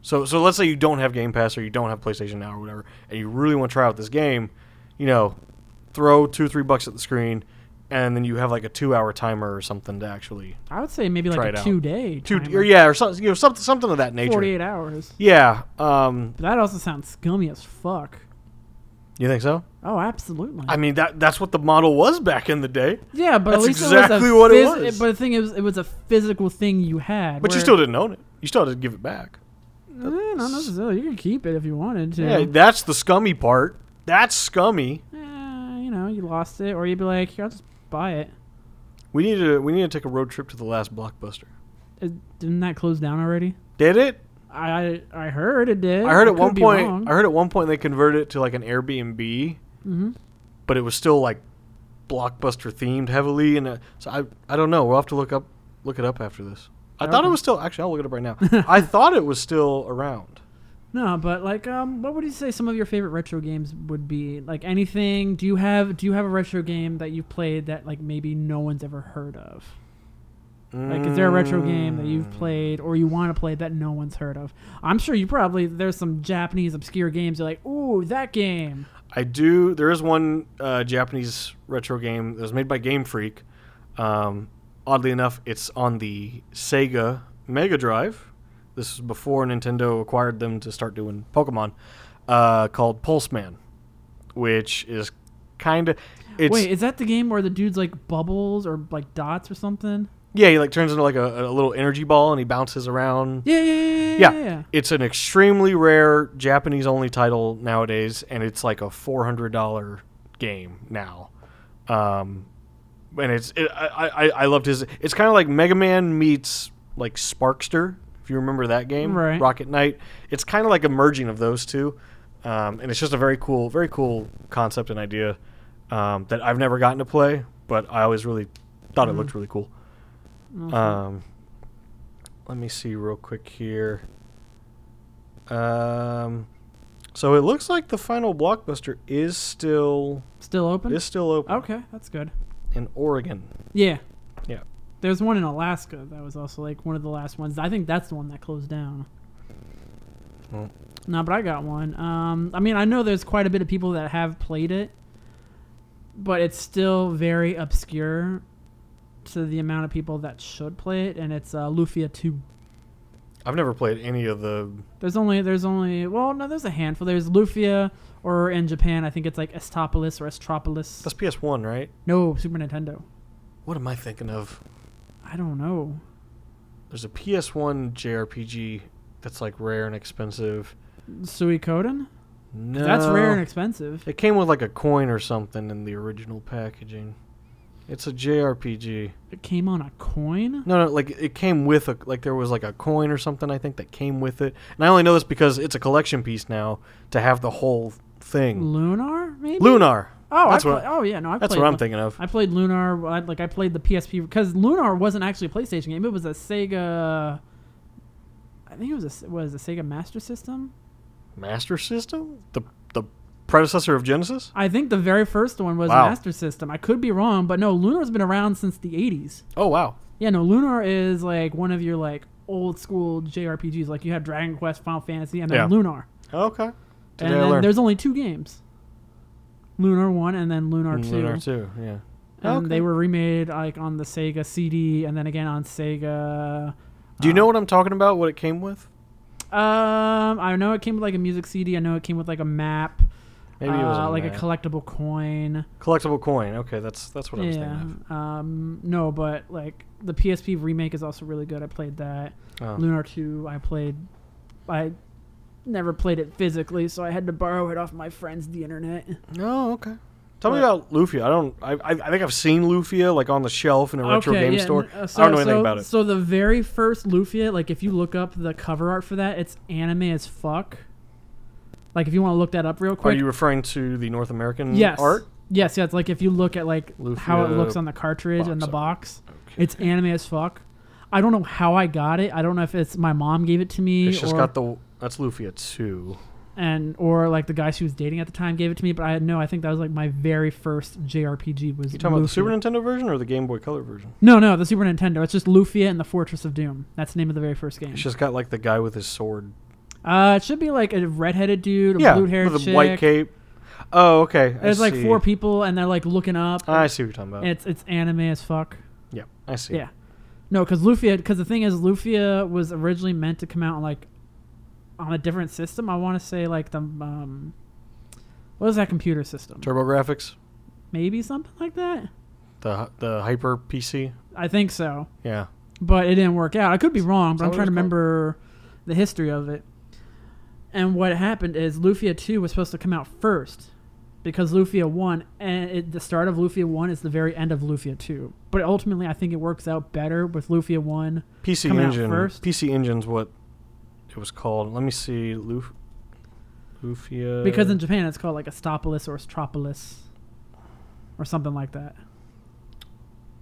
S2: So so let's say you don't have Game Pass or you don't have PlayStation Now or whatever and you really want to try out this game, you know, throw 2 or 3 bucks at the screen and then you have like a 2-hour timer or something to actually
S1: I would say maybe
S2: Try
S1: like
S2: it
S1: a
S2: out.
S1: two day,
S2: 2 or yeah, or something you know something something of that nature.
S1: forty eight hours.
S2: Yeah, um
S1: But that also sounds scummy as fuck.
S2: you think so?
S1: Oh, absolutely.
S2: I mean that that's what the model was back in the day.
S1: yeah, but
S2: that's
S1: at least
S2: exactly
S1: it was a
S2: what it
S1: phys-
S2: was.
S1: But the thing is, it was a physical thing you had.
S2: But you
S1: where-
S2: still didn't own it. You still had to give it back.
S1: Eh, not necessarily. You could keep it if you wanted to.
S2: Yeah, that's the scummy part. That's scummy.
S1: Eh, you know, you lost it, or you'd be like, "Here, I'll just buy it."
S2: We need to we need to take a road trip to the last blockbuster.
S1: It- didn't that close down already?
S2: Did it?
S1: I I, I heard it did.
S2: I heard
S1: I
S2: at one
S1: could be
S2: point
S1: wrong.
S2: I heard at one point they converted it to like an Airbnb,
S1: Mhm.
S2: but it was still like blockbuster themed heavily and uh, so I I don't know. We'll have to look up look it up after this. I thought it
S1: Okay.
S2: was still actually I'll look it up right now. I thought it was still around.
S1: No, but like, um, what would you say some of your favorite retro games would be? Like anything? Do you have Do you have a retro game that you've played that like maybe no one's ever heard of? Like, is there a retro game that you've
S2: Mm.
S1: played or you want to play that no one's heard of? I'm sure you probably there's some Japanese obscure games. You're like, ooh, that game.
S2: I do. There is one uh, Japanese retro game that was made by Game Freak. Um, oddly enough, it's on the Sega Mega Drive. This was before Nintendo acquired them to start doing Pokemon, uh, called Pulseman, which is kind of. It's,
S1: Wait, is that the game where the dude's like bubbles or like dots or something?
S2: yeah, he like turns into like a, a little energy ball and he bounces around.
S1: Yeah, yeah, yeah,
S2: Yeah.
S1: yeah. yeah.
S2: It's an extremely rare Japanese only title nowadays, and it's like a four hundred dollar game now. Um, and it's it, I, I I loved his. It's kind of like Mega Man meets like Sparkster, if you remember that game,
S1: Right.
S2: Rocket Knight. It's kind of like a merging of those two, um, and it's just a very cool, very cool concept and idea um, that I've never gotten to
S1: Mm-hmm.
S2: play, but I always really thought it looked really cool. Um, let me see real quick here. Um, so it looks like the final blockbuster is still
S1: Still open?
S2: is still open
S1: Okay, that's good.
S2: in Oregon.
S1: Yeah.
S2: Yeah.
S1: There's one in Alaska that was also like one of the last ones. I think that's the one that closed down.
S2: Well.
S1: No, but I got one. Um, I mean, I know there's quite a bit of people that have played it, but it's still very obscure to the amount of people that should play it, and it's uh, Lufia 2.
S2: I've never played any of the.
S1: There's only there's only well no there's a handful. There's Lufia, or in Japan I think it's like Estopolis or Estropolis.
S2: That's PS One, right?
S1: No, Super Nintendo.
S2: What am I thinking of?
S1: I don't know.
S2: There's a PS One JRPG that's like rare and expensive.
S1: Suikoden.
S2: No,
S1: That's rare and expensive.
S2: It came with like a coin or something in the original packaging. It's a JRPG.
S1: It came on a coin.
S2: No, no, like it came with a like there was like a coin or something I think that came with it. And I only know this because it's a collection piece now to have the whole thing.
S1: Lunar maybe.
S2: Lunar.
S1: Oh,
S2: That's
S1: I
S2: what-
S1: play- oh yeah, no, I
S2: That's
S1: played
S2: what I'm
S1: Lu-
S2: thinking of.
S1: I played Lunar. I, like I played the PSP because Lunar wasn't actually a PlayStation game. It was a Sega. I think it was a was a Sega Master System.
S2: Master System? The the predecessor of Genesis?
S1: I think the very first one was
S2: Wow.
S1: Master System. I could be wrong, but no, Lunar's been around since the 80s.
S2: Oh wow.
S1: Yeah, no, Lunar is like one of your like old school JRPGs. Like you have Dragon Quest, Final Fantasy, and then
S2: Yeah.
S1: Lunar.
S2: Okay. Today
S1: and
S2: I
S1: then
S2: learned.
S1: there's only two games. Lunar one and then Lunar two.
S2: Mm, Lunar 2, yeah.
S1: And
S2: Okay.
S1: they were remade like on the Sega CD and then again on Sega.
S2: Do
S1: Uh,
S2: you know what I'm talking about? What it came with?
S1: Um, I know it came with like a music CD. I know it came with like a map.
S2: Maybe it was
S1: uh,
S2: on
S1: like
S2: that.
S1: a collectible coin.
S2: collectible coin. Okay, that's that's what I was thinking
S1: Um, no, but like the PSP remake is also really good. I played that.
S2: of. Oh.
S1: Lunar 2, I played. I never played it physically, so I had to borrow it off my friend's the internet.
S2: Oh, okay. Tell me
S1: But-
S2: about Lufia. I don't. I, I I think I've seen Lufia like on the shelf in a retro
S1: Okay,
S2: game
S1: yeah,
S2: store.
S1: n- uh,
S2: I don't know anything about it.
S1: So the very first Lufia, like if you look up the cover art for that, it's anime as fuck. Like if you want to look that up real
S2: Are
S1: quick.
S2: you referring to the North American
S1: yes.
S2: Mm, art?
S1: Yes, yeah, it's like if you look at like how it
S2: Lufia
S1: looks on the cartridge and the
S2: box art.
S1: box. It's anime as fuck. I don't know how I got it. I don't know if it's my mom gave it to me
S2: It's just
S1: E or
S2: got the that's Lufia two.
S1: and or like the guy she was dating at the time gave it to me. But I no, I think that was like my very first JRPG was.
S2: You talking about the
S1: Lufia.
S2: Super Nintendo version or the Game Boy Color version?
S1: No, no, the Super Nintendo. It's just Lufia and the Fortress of Doom. That's the name of the very first game.
S2: It's just got like the guy with his sword.
S1: Uh, it should be like a redheaded dude, a
S2: yeah,
S1: blue haired
S2: with a
S1: chick.
S2: white cape. Oh, okay. I
S1: There's like
S2: see.
S1: four people, and they're like looking up.
S2: I see what you're talking
S1: and
S2: about.
S1: it's it's anime as fuck.
S2: Yeah, I see.
S1: Yeah. No, because Lufia. Because the thing is, Lufia was originally meant to come out on like on a different system. I want to say like the um, what was that computer system?
S2: Turbo Graphics,
S1: Maybe something like that.
S2: the the Hyper PC.
S1: I think so.
S2: Yeah.
S1: but it didn't work out. I could be wrong, but
S2: Is
S1: I'm
S2: that
S1: trying to
S2: what it was
S1: remember the history of it. And what happened is Lufia 2 was supposed to come out first because Lufia 1 and it, the start of Lufia 1 is the very end of Lufia 2. But ultimately, I think it works out better with Lufia 1.
S2: PC
S1: Coming out
S2: Engine.
S1: first?
S2: PC Engine's what it was called. Let me see. Luf- Lufia.
S1: Because in Japan, it's called like Estopolis or Estropolis or something like that.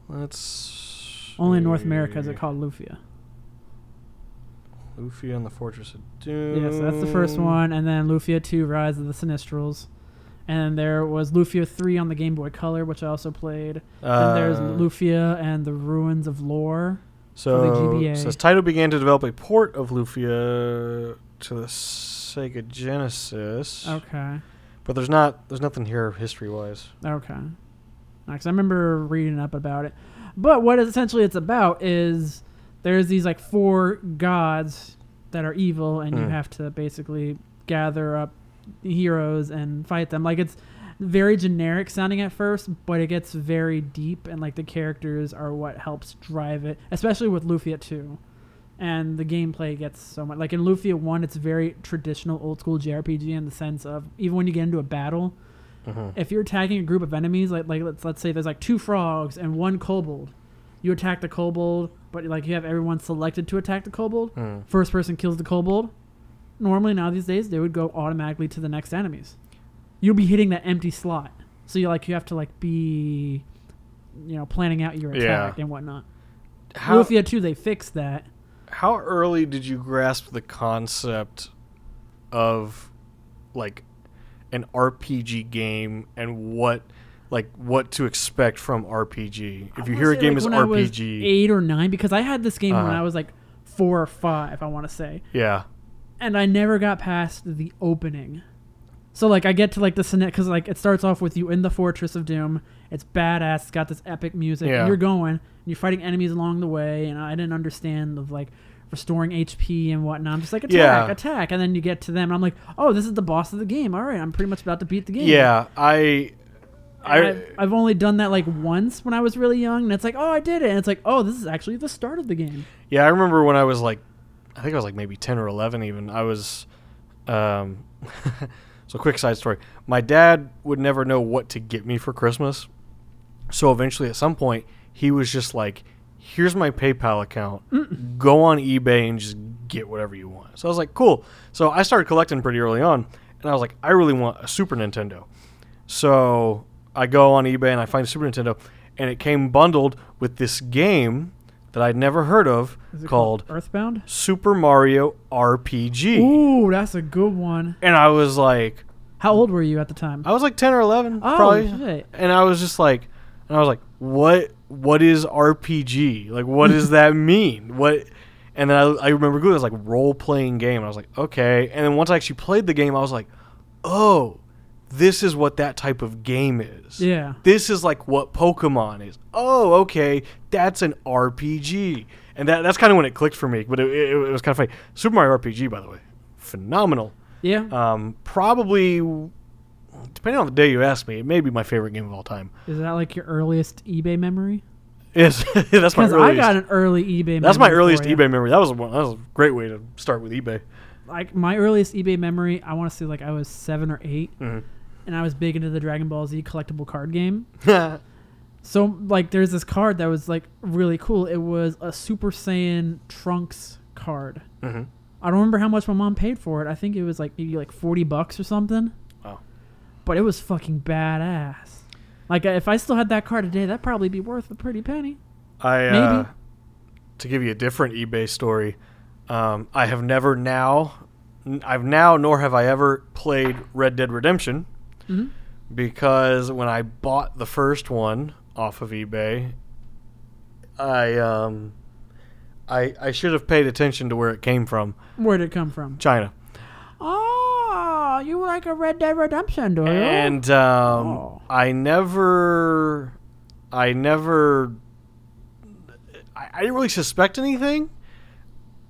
S2: Let's.
S1: Only in North America is it
S2: see.
S1: called Lufia.
S2: Lufia and the Fortress of Doom.
S1: Yeah, so that's the first one. And then Lufia 2, Rise of the Sinistrals. And there was Lufia 3 on the Game Boy Color, which I also played. and there's
S2: Uh,
S1: Lufia and the Ruins of Lore.
S2: So,
S1: the GBA.
S2: says Taito began to develop a port of Lufia to the Sega Genesis,
S1: Okay,
S2: but there's not there's nothing here history wise.
S1: okay. Because I remember reading up about it. But what essentially it's about is there's these like four gods that are evil, and you
S2: Hmm.
S1: have to basically gather up heroes and fight them. Like it's very generic sounding at first, but it gets very deep, and like the characters are what helps drive it, especially with Lufia 2. and the gameplay gets so much like in Lufia 1 it's very traditional old school JRPG in the sense of even when you get into a battle
S2: Mm-hmm.
S1: if you're attacking a group of enemies like like let's let's say there's like two frogs and one kobold you attack the kobold but like you have everyone selected to attack the kobold
S2: Hmm.
S1: first person kills the kobold normally now these days they would go automatically to the next enemies you'll be hitting that empty slot so you like you have to like be you know planning out your
S2: Yeah.
S1: attack and whatnot
S2: How
S1: Lufia 2 they fixed that
S2: how early did you grasp the concept of like an RPG game and what like what to expect from RPG? If you
S1: I
S2: hear a
S1: wanna say,
S2: game
S1: like,
S2: as
S1: when I was
S2: RPG,
S1: eight or nine, because I had this game when
S2: Uh-huh.
S1: I was like four or five, I want to say,
S2: yeah,
S1: and I never got past the opening. So like I get to like the Sinet because like it starts off with you in the Fortress of Doom. It's badass. It's got this epic music.
S2: Yeah.
S1: And you're going and you're fighting enemies along the way. And I didn't understand of like restoring HP and whatnot. I'm just like attack,
S2: Yeah.
S1: attack, and then you get to them. And I'm like, oh, this is the boss of the game. All right, I'm pretty much about to beat the game.
S2: yeah, I,
S1: I,
S2: I,
S1: I've, I've only done that like once when I was really young, and it's like, oh, I did it, and it's like, oh, this is actually the start of the game.
S2: Yeah, I remember when I was like, I think I was like maybe ten or eleven. Even I was. Um, so quick side story. My dad would never know what to get me for Christmas, so eventually at some point he was just like, "Here's my PayPal account.
S1: Mm.
S2: Go on eBay and just get whatever you want." So I was like, "Cool." So I started collecting pretty early on, and I was like, "I really want a Super Nintendo." So I go on eBay and I find a Super Nintendo, and it came bundled with this game that I'd never heard of
S1: Is it
S2: called
S1: Earthbound?
S2: Super Mario RPG.
S1: Ooh, that's a good one.
S2: And I was like,
S1: How old were you at the time?
S2: I was like ten or eleven,
S1: Oh,
S2: probably.
S1: shit.
S2: And I was just like, and I was like, what? What is RPG? Like, what does that mean? What? And then I, I remember Googling, it was like role playing game. And I was like, okay. And then once I actually played the game, I was like, oh, this is what that type of game is.
S1: Yeah.
S2: This is like what Pokemon is. Oh, okay, that's an RPG. And that, that's kind of when it clicked for me. But it, it, it was kind of funny. Super Mario RPG, by the way, phenomenal.
S1: Yeah,
S2: Um, probably, depending on the day you ask me, it may be my favorite game of all time.
S1: is that like your earliest eBay memory?
S2: Yes, that's my
S1: Because
S2: earliest.
S1: I got an early eBay.
S2: that's my
S1: memory for
S2: earliest
S1: you.
S2: eBay memory. That was one. That was a great way to start with eBay.
S1: Like my earliest eBay memory, I want to say like I was seven or 8
S2: Hmm.
S1: and I was big into the Dragon Ball Z collectible card game. So like there's this card that was like really cool. It was a Super Saiyan Trunks card.
S2: Mhm.
S1: I don't remember how much my mom paid for it. I think it was like maybe like 40 bucks or something.
S2: Wow.
S1: But it was fucking badass. Like if I still had that card today, that'd probably be worth a pretty penny.
S2: I uh,
S1: Maybe.
S2: to give you a different eBay story. Um, I have never now, n- I've now nor have I ever played Red Dead Redemption
S1: Mhm.
S2: because when I bought the first one off of eBay, I um, I I should have paid attention to where it came from,
S1: Where'd it come from?
S2: China,
S1: Oh, you like a Red Dead Redemption, do you?
S2: and um,
S1: Oh.
S2: I never, I never, I, I didn't really suspect anything.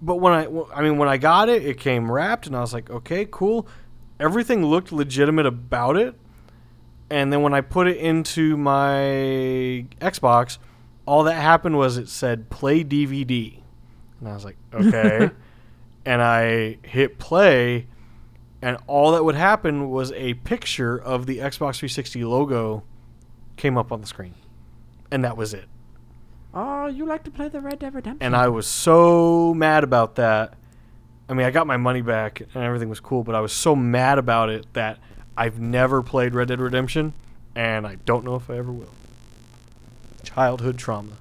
S2: But when I, wh- I mean, when I got it, it came wrapped, and I was like, okay, cool. Everything looked legitimate about it. And then when I put it into my Xbox, all that happened was it said play DVD. And I was like, okay. and I hit play, and all that would happen was a picture of the Xbox 360 logo came up on the screen. And that was it.
S1: oh, you like to play the Red Dead Redemption.
S2: And I was so mad about that. I mean, I got my money back and everything was cool, but I was so mad about it that I've never played Red Dead Redemption, and I don't know if I ever will. Childhood trauma.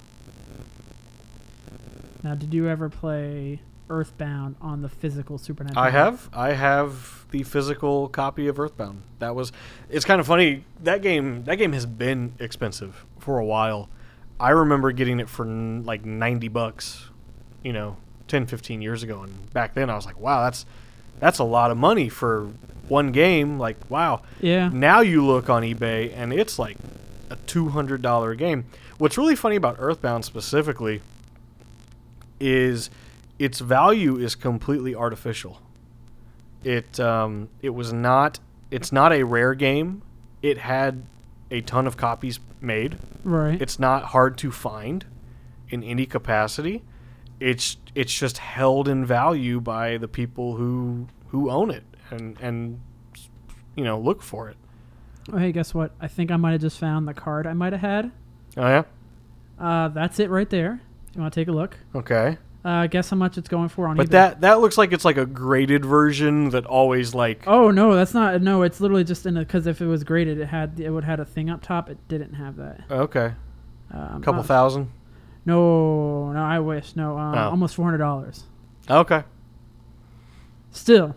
S1: now, did you ever play Earthbound on the physical Super Nintendo?
S2: I have. I have the physical copy of Earthbound. That was. It's kind of funny. That game. That game has been expensive for a while. I remember getting it for n- like ninety bucks. You know, 10, 15 years ago, and back then I was like, wow, that's that's a lot of money for one game. Like, wow.
S1: Yeah.
S2: Now you look on eBay and it's like a $200 game. What's really funny about Earthbound specifically is its value is completely artificial. It um, it was not it's not a rare game. It had a ton of copies made.
S1: Right.
S2: It's not hard to find in any capacity. It's it's just held in value by the people who who own it and and you know look for it.
S1: Oh, hey, guess what? I think I might have just found the card I might have had.
S2: Oh yeah.
S1: Uh, that's it right there. If you want to take a look,
S2: Okay.
S1: uh, guess how much it's going for on
S2: But
S1: eBay.
S2: that that looks like it's like a graded version that always like
S1: Oh no, that's not. No, it's literally just in a. Because if it was graded, it had it would had a thing up top. It didn't have that.
S2: okay,
S1: Um,
S2: couple
S1: uh,
S2: thousand.
S1: No, no, I wish. No, um,
S2: Oh.
S1: almost four hundred dollars.
S2: Okay.
S1: Still,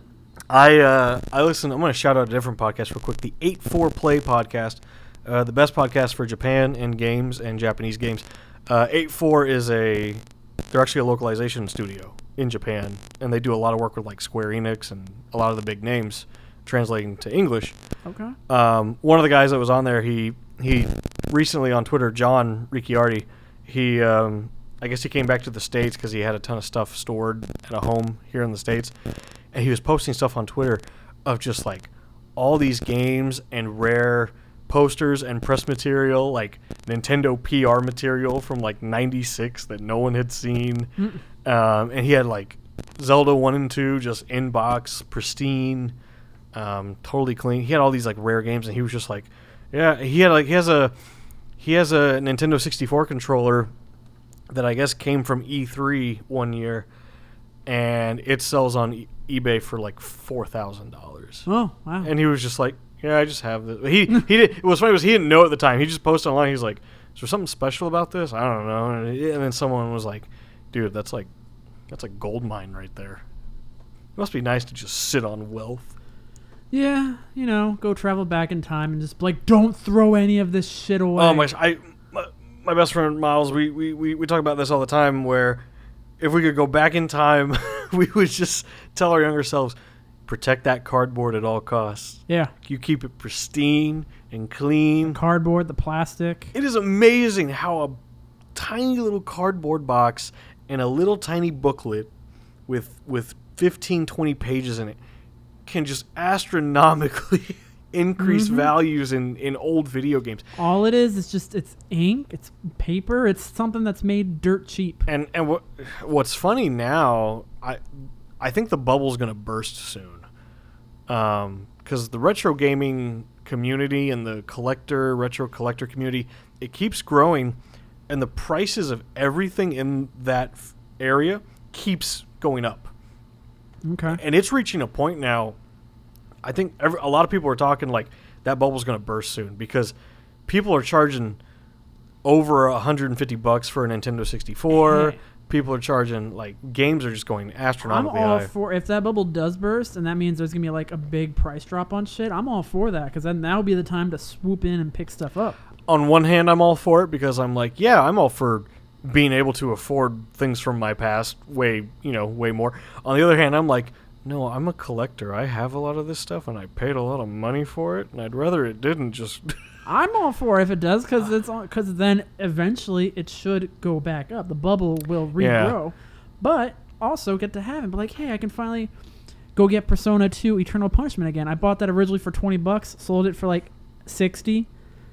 S2: I uh, I listen. I'm going to shout out a different podcast real quick. The Eight Four Play podcast, uh, the best podcast for Japan and games and Japanese games. Uh, Eight Four is a they're actually a localization studio in Japan, and they do a lot of work with like Square Enix and a lot of the big names translating to English.
S1: okay.
S2: Um, one of the guys that was on there, he he recently on Twitter, John Ricciardi, he um, I guess he came back to the states because he had a ton of stuff stored at a home here in the states, and he was posting stuff on Twitter of just like all these games and rare posters and press material, like Nintendo PR material from like '96 that no one had seen, um, and he had like Zelda one and two just inbox pristine um, totally clean. He had all these like rare games, and he was just like, yeah, he had like he has a he has a Nintendo 64 controller that I guess came from E3 one year, and it sells on e- eBay for like four thousand dollars.
S1: Oh wow.
S2: And he was just like, yeah, I just have this. He he did. What's funny was he didn't know at the time. He just posted online. He's like, is there something special about this? I don't know. And, and then someone was like, dude, that's like that's a gold mine right there. It must be nice to just sit on wealth.
S1: yeah, you know, go travel back in time and just like don't throw any of this shit away.
S2: Oh my! I my, my best friend Miles. We, we we we talk about this all the time. Where if we could go back in time, we would just tell our younger selves, protect that cardboard at all costs.
S1: Yeah,
S2: You keep it pristine and clean.
S1: cardboard, the plastic.
S2: It is amazing how a tiny little cardboard box and a little tiny booklet with with 15 20 pages in it can just astronomically increase values in in old video games.
S1: All it is is just it's ink, it's paper, it's something that's made dirt cheap.
S2: and and what what's funny now i i think the bubble's going to burst soon um because the retro gaming community and the collector retro collector community it keeps growing and the prices of everything in that f- area keeps going up
S1: Okay.
S2: and it's reaching a point now. I think every, a lot of people are talking like that bubble's going to burst soon because people are charging over 150 bucks for a Nintendo 64.
S1: Yeah.
S2: people are charging like games are just going
S1: I'm
S2: astronomically
S1: all
S2: high.
S1: for if that bubble does burst, and that means there's gonna be like a big price drop on shit. I'm all for that because then that would be the time to swoop in and pick stuff up.
S2: On one hand, I'm all for it because I'm like, yeah, I'm all for being able to afford things from my past way, you know, way more. On the other hand, I'm like. No, I'm a collector. I have a lot of this stuff, and I paid a lot of money for it, and I'd rather it didn't just
S1: I'm all for if it does because it's because then eventually it should go back up. The bubble will
S2: Yeah.
S1: regrow, but also get to have it. But like, hey, I can finally go get Persona 2 Eternal Punishment again. I bought that originally for 20 bucks, sold it for like 60.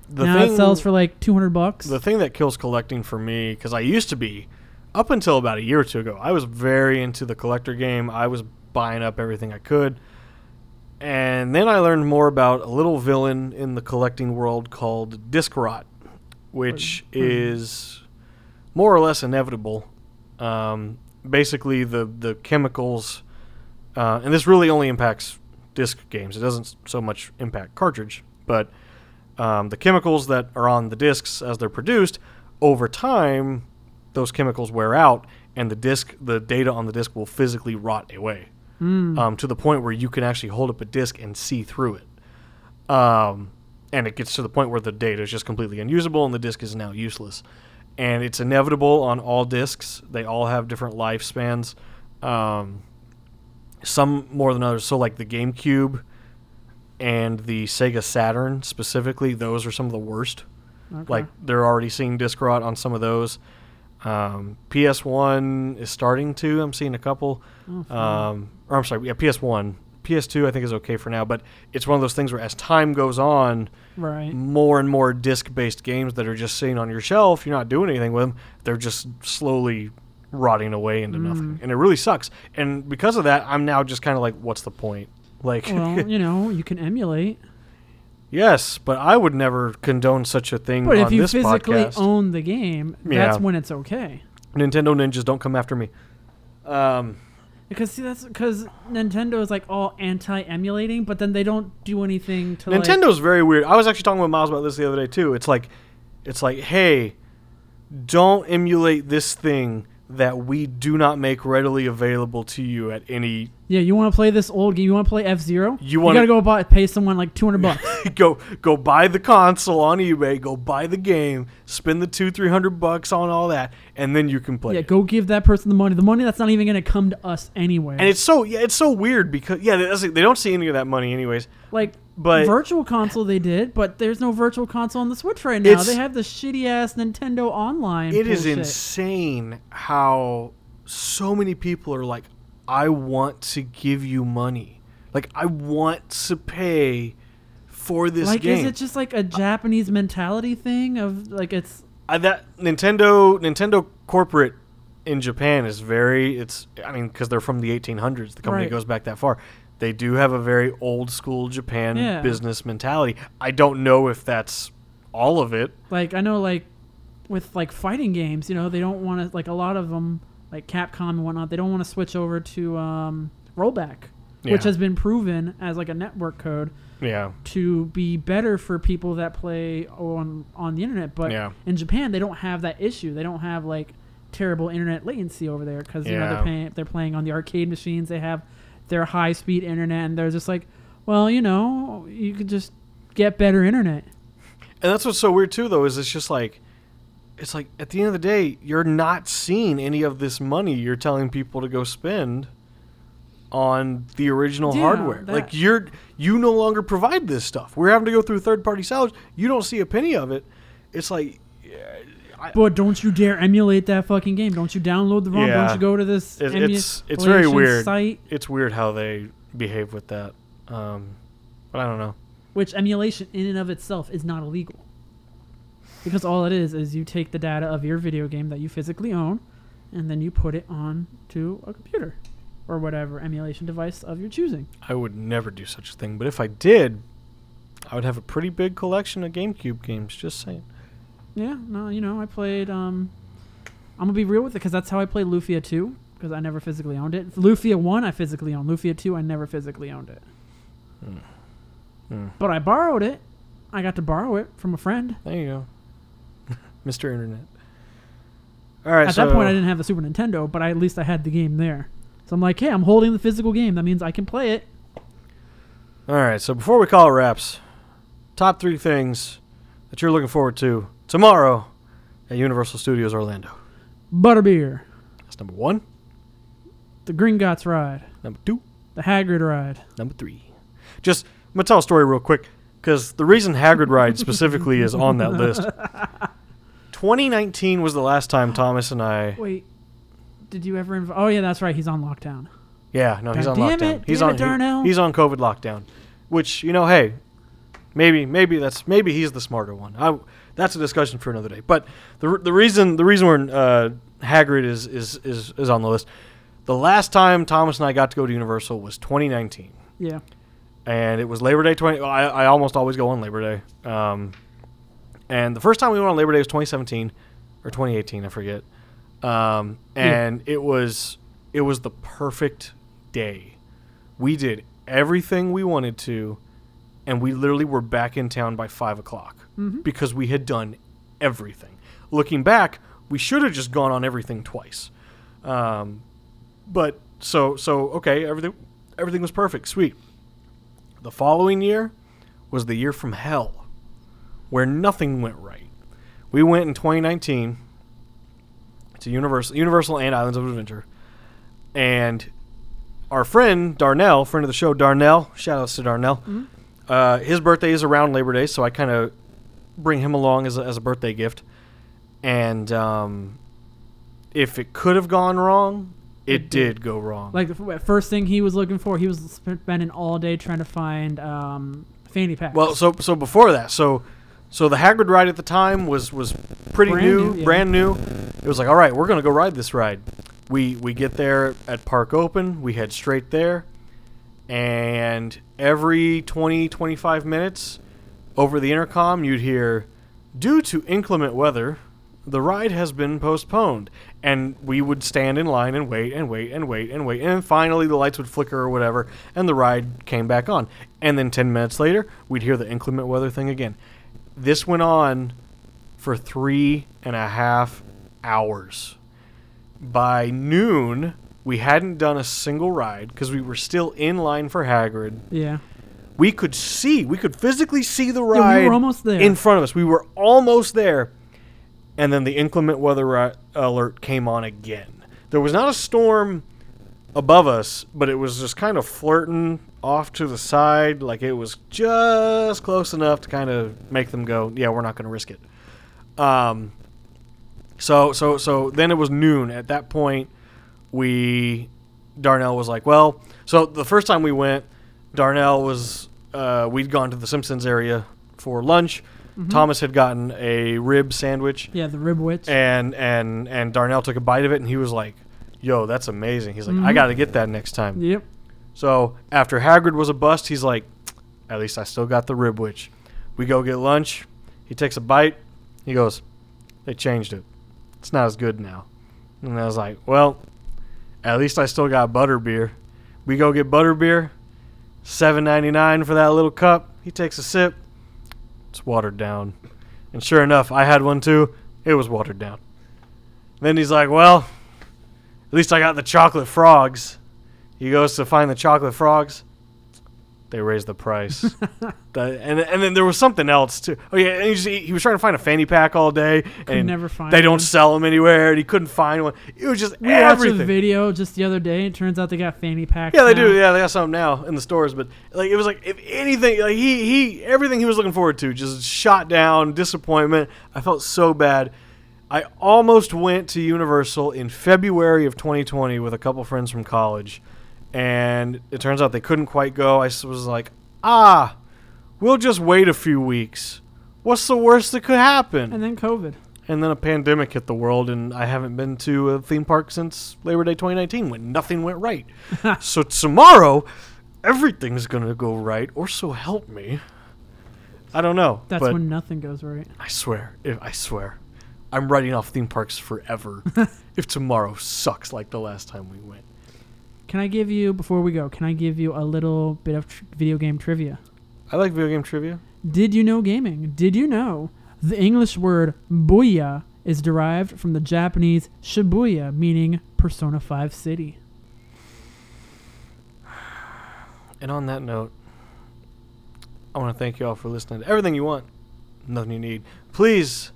S2: the
S1: now it sells for like 200 bucks.
S2: The thing that kills collecting for me, because I used to be, up until about a year or two ago, I was very into the collector game. I was buying up everything I could. And then I learned more about a little villain in the collecting world called Disc Rot, which is more or less inevitable. Um, basically, the, the chemicals, uh, and this really only impacts disc games, it doesn't s- so much impact cartridge, but um, the chemicals that are on the discs as they're produced over time those chemicals wear out and the disc the data on the disc will physically rot away
S1: Mm. Hmm.
S2: um, to the point where you can actually hold up a disc and see through it um, and it gets to the point where the data is just completely unusable and the disc is now useless and it's inevitable on all discs they all have different lifespans um, some more than others so like the gamecube and the Sega Saturn specifically, those are some of the worst.
S1: Okay.
S2: Like they're already seeing disc rot on some of those. Um, PS1 is starting to. I'm seeing a couple.
S1: Oh,
S2: um, or I'm sorry, yeah, PS1. PS2 I think is okay for now, but it's one of those things where as time goes on,
S1: right.
S2: more and more disc-based games that are just sitting on your shelf, you're not doing anything with them. They're just slowly rotting away
S1: Mm.
S2: into nothing, and it really sucks. And because of that, I'm now just kind of like, what's the point? Like,
S1: well, you know, you can emulate.
S2: Yes, but I would never condone such a thing
S1: But
S2: on
S1: if you
S2: this
S1: physically
S2: podcast.
S1: own the game, that's
S2: Yeah.
S1: when it's okay.
S2: Nintendo ninjas don't come after me. Um,
S1: Because see, that's because Nintendo is like all anti-emulating, but then they don't do anything to like-
S2: Nintendo's very weird. I was actually talking with Miles about this the other day too. It's like, it's like, hey, don't emulate this thing that we do not make readily available to you at any
S1: Yeah, you want to play this old game? You want to play F Zero?
S2: You wanna-
S1: gotta go buy, pay someone like two hundred bucks.
S2: go go buy the console on eBay, go buy the game, spend the two three hundred bucks on all that, and then you can play.
S1: yeah,
S2: it.
S1: go give that person the money. The money that's not even gonna come to us anyway.
S2: And it's so yeah, it's so weird because yeah, that's, they don't see any of that money anyways.
S1: like
S2: but-
S1: virtual console they did, but there's no virtual console on the Switch right now.
S2: It's-
S1: They have the shitty ass Nintendo Online.
S2: It is
S1: bullshit.
S2: insane how so many people are like, I want to give you money, like I want to pay for this
S1: Like,
S2: game.
S1: is it just like a Japanese mentality thing of like it's
S2: I, that Nintendo Nintendo corporate in Japan is very it's I mean because they're from the 1800s the company
S1: Right.
S2: goes back that far they do have a very old school Japan
S1: Yeah.
S2: business mentality I don't know if that's all of it
S1: like I know like with like fighting games, you know, they don't want to like a lot of them like Capcom and whatnot. They don't want to switch over to um, rollback, which
S2: Yeah.
S1: has been proven as like a network code
S2: yeah
S1: to be better for people that play on on the internet. But
S2: Yeah.
S1: in Japan, they don't have that issue. They don't have like terrible internet latency over there because you know
S2: Yeah.
S1: they're paying, they're playing on the arcade machines. They have their high speed internet, and they're just like, well, you know, you could just get better internet.
S2: and that's what's so weird too though is it's just like it's like at the end of the day you're not seeing any of this money you're telling people to go spend on the original
S1: Yeah,
S2: hardware
S1: that-
S2: like you're you no longer provide this stuff we're having to go through third party sellers you don't see a penny of it it's like
S1: But don't you dare emulate that fucking game. Don't you download the ROM.
S2: Yeah.
S1: Don't you go to this
S2: it, it's it's very
S1: emulation
S2: weird
S1: site.
S2: it's weird how they behave with that um but i don't know
S1: Which emulation in and of itself is not illegal. Because all it is is you take the data of your video game that you physically own and then you put it on to a computer or whatever emulation device of your choosing.
S2: i would never do such a thing but if i did i would have a pretty big collection of gamecube games just saying
S1: Yeah, no, you know, I played um I'm going to be real with it cuz that's how I played Lufia 2 because I never physically owned it. Lufia 1 I physically owned. Lufia 2 I never physically owned it.
S2: Hmm.
S1: But I borrowed it. I got to borrow it from a friend.
S2: There you go, Mr. Internet. All right.
S1: At that point, I didn't have the Super Nintendo, but I, at least I had the game there. So I'm like, hey, I'm holding the physical game. That means I can play it.
S2: All right. So before we call it wraps, top three things that you're looking forward to tomorrow at Universal Studios Orlando.
S1: Butterbeer,
S2: That's number one.
S1: the Gringotts ride,
S2: Number two.
S1: the Hagrid ride.
S2: Number three. Just I'm gonna tell a story real quick because the reason Haggard Ride specifically is on that list. 2019 was the last time Thomas and I.
S1: Wait, did you ever? Inv- oh yeah, that's right. He's on lockdown.
S2: Yeah, no, he's
S1: God
S2: on
S1: damn
S2: lockdown.
S1: it,
S2: he's
S1: damn
S2: on
S1: it,
S2: he-
S1: Darnell.
S2: he's on COVID lockdown, which you know, hey, maybe maybe that's maybe he's the smarter one. I, that's a discussion for another day. But the, re- the reason the reason we're uh, Hagrid is, is is is on the list. The last time Thomas and I got to go to Universal was 2019
S1: Yeah,
S2: and it was Labor Day 20. well, I, I almost always go on Labor Day. Um, and the first time we went on Labor Day was 2017 or 2018, I forget. Um, and it was it was the perfect day. We did everything we wanted to, and we literally were back in town by five o'clock because we had done everything. Looking back, we should have just gone on everything twice. Um, but so so okay, everything everything was perfect, sweet. The following year was the year from hell, where nothing went right. We went in 2019 to Universal, Universal and Islands of Adventure, and our friend Darnell, friend of the show, Darnell, shout outs to Darnell. Uh, his birthday is around Labor Day, so I kind of bring him along as a, as a birthday gift. And um, if it could have gone wrong, it did go wrong.
S1: like the f- first thing he was looking for, he was spending all day trying to find um, fanny packs.
S2: Well, so so before that, so so the Hagrid ride at the time was was pretty
S1: Brand
S2: new,
S1: new, yeah.
S2: brand new. It was like, all right, we're gonna go ride this ride. We we get there at Park Open. We head straight there, and every 20, 25 minutes, over the intercom, you'd hear, due to inclement weather. The ride has been postponed, and we would stand in line and wait and wait and wait and wait, and finally the lights would flicker or whatever, and the ride came back on. And then 10 minutes later, we'd hear the inclement weather thing again. This went on for three and a half hours. by noon, we hadn't done a single ride because we were still in line for Hagrid.
S1: Yeah.
S2: We could see, we could physically see the
S1: we were
S2: ride
S1: almost there.
S2: in front of us. We were almost there. And then the inclement weather ri- alert came on again. There was not a storm above us, but it was just kind of flirting off to the side. Like it was just close enough to kind of make them go, yeah, we're not going to risk it. Um, so so so then it was noon. At that point, we Darnell was like, well, so the first time we went, Darnell was uh, we'd gone to the Simpsons area for lunch. Thomas had gotten a rib sandwich,
S1: Yeah, the rib witch.
S2: and and and Darnell took a bite of it, and he was like, "Yo, that's amazing." He's like, "I
S1: Mhm.
S2: got to get that next time."
S1: Yep.
S2: So after Hagrid was a bust, he's like, at least I still got the rib witch. We go get lunch. He takes a bite. He goes, they changed it. It's not as good now. And I was like, well, at least I still got butterbeer. We go get butterbeer. Seven ninety nine for that little cup. He takes a sip. It's watered down. And sure enough, I had one too. It was watered down. Then he's like, well, at least I got the chocolate frogs. He goes to find the chocolate frogs. They raised the price. The- and and then there was something else too. Oh yeah, and he, just, he was trying to find a fanny pack all day, and
S1: never find
S2: they don't
S1: one.
S2: sell them anywhere, and he couldn't find one. It was just
S1: We watched a
S2: everything.
S1: video just the other day. It turns out they got fanny packs.
S2: Yeah, they do.
S1: now.
S2: Yeah, they got some now in the stores, but like it was like if anything, like he he everything he was looking forward to just shot down, disappointment. I felt so bad. I almost went to Universal in February of 2020 with a couple friends from college, and it turns out they couldn't quite go. I s- was like, ah, we'll just wait a few weeks. What's the worst that could happen?
S1: And then COVID.
S2: And then a pandemic hit the world, and I haven't been to a theme park since Labor Day 2019 when nothing went right. so tomorrow, everything's going to go right, or so help me. I don't know.
S1: That's
S2: but
S1: when nothing goes right.
S2: I swear, if I swear, I'm writing off theme parks forever if tomorrow sucks like the last time we went.
S1: Can I give you before we go? Can I give you a little bit of tr- video game trivia?
S2: I like video game trivia.
S1: Did you know gaming? Did you know the English word "booyah" is derived from the Japanese "shibuya," meaning Persona 5 city?
S2: And on that note, I want to thank you all for listening to everything you want, nothing you need. Please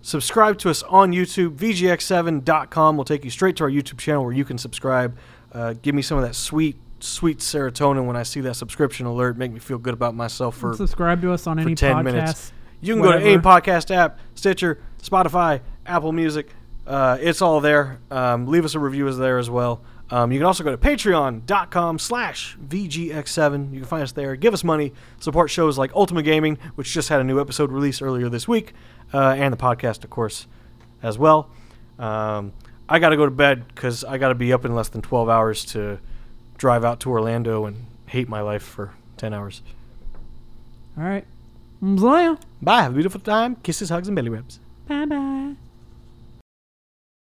S2: subscribe to us on YouTube. VGX7.com will take you straight to our YouTube channel where you can subscribe. Uh, give me some of that sweet, sweet serotonin when I see that subscription alert. Make me feel good about myself for
S1: Subscribe to us on any
S2: 10
S1: podcast.
S2: minutes. you can go to any podcast app, Stitcher, Spotify, Apple Music. Uh, it's all there. Um, leave us a review is there as well. Um, you can also go to patreon.com slash VGX7. You can find us there. Give us money. Support shows like Ultima Gaming, which just had a new episode released earlier this week, uh, and the podcast, of course, as well. Um, I got to go to bed because I got to be up in less than 12 hours to drive out to Orlando and hate my life for 10 hours.
S1: All right. Mzlaya.
S2: Bye. Have a beautiful time. Kisses, hugs, and belly rubs.
S1: Bye bye.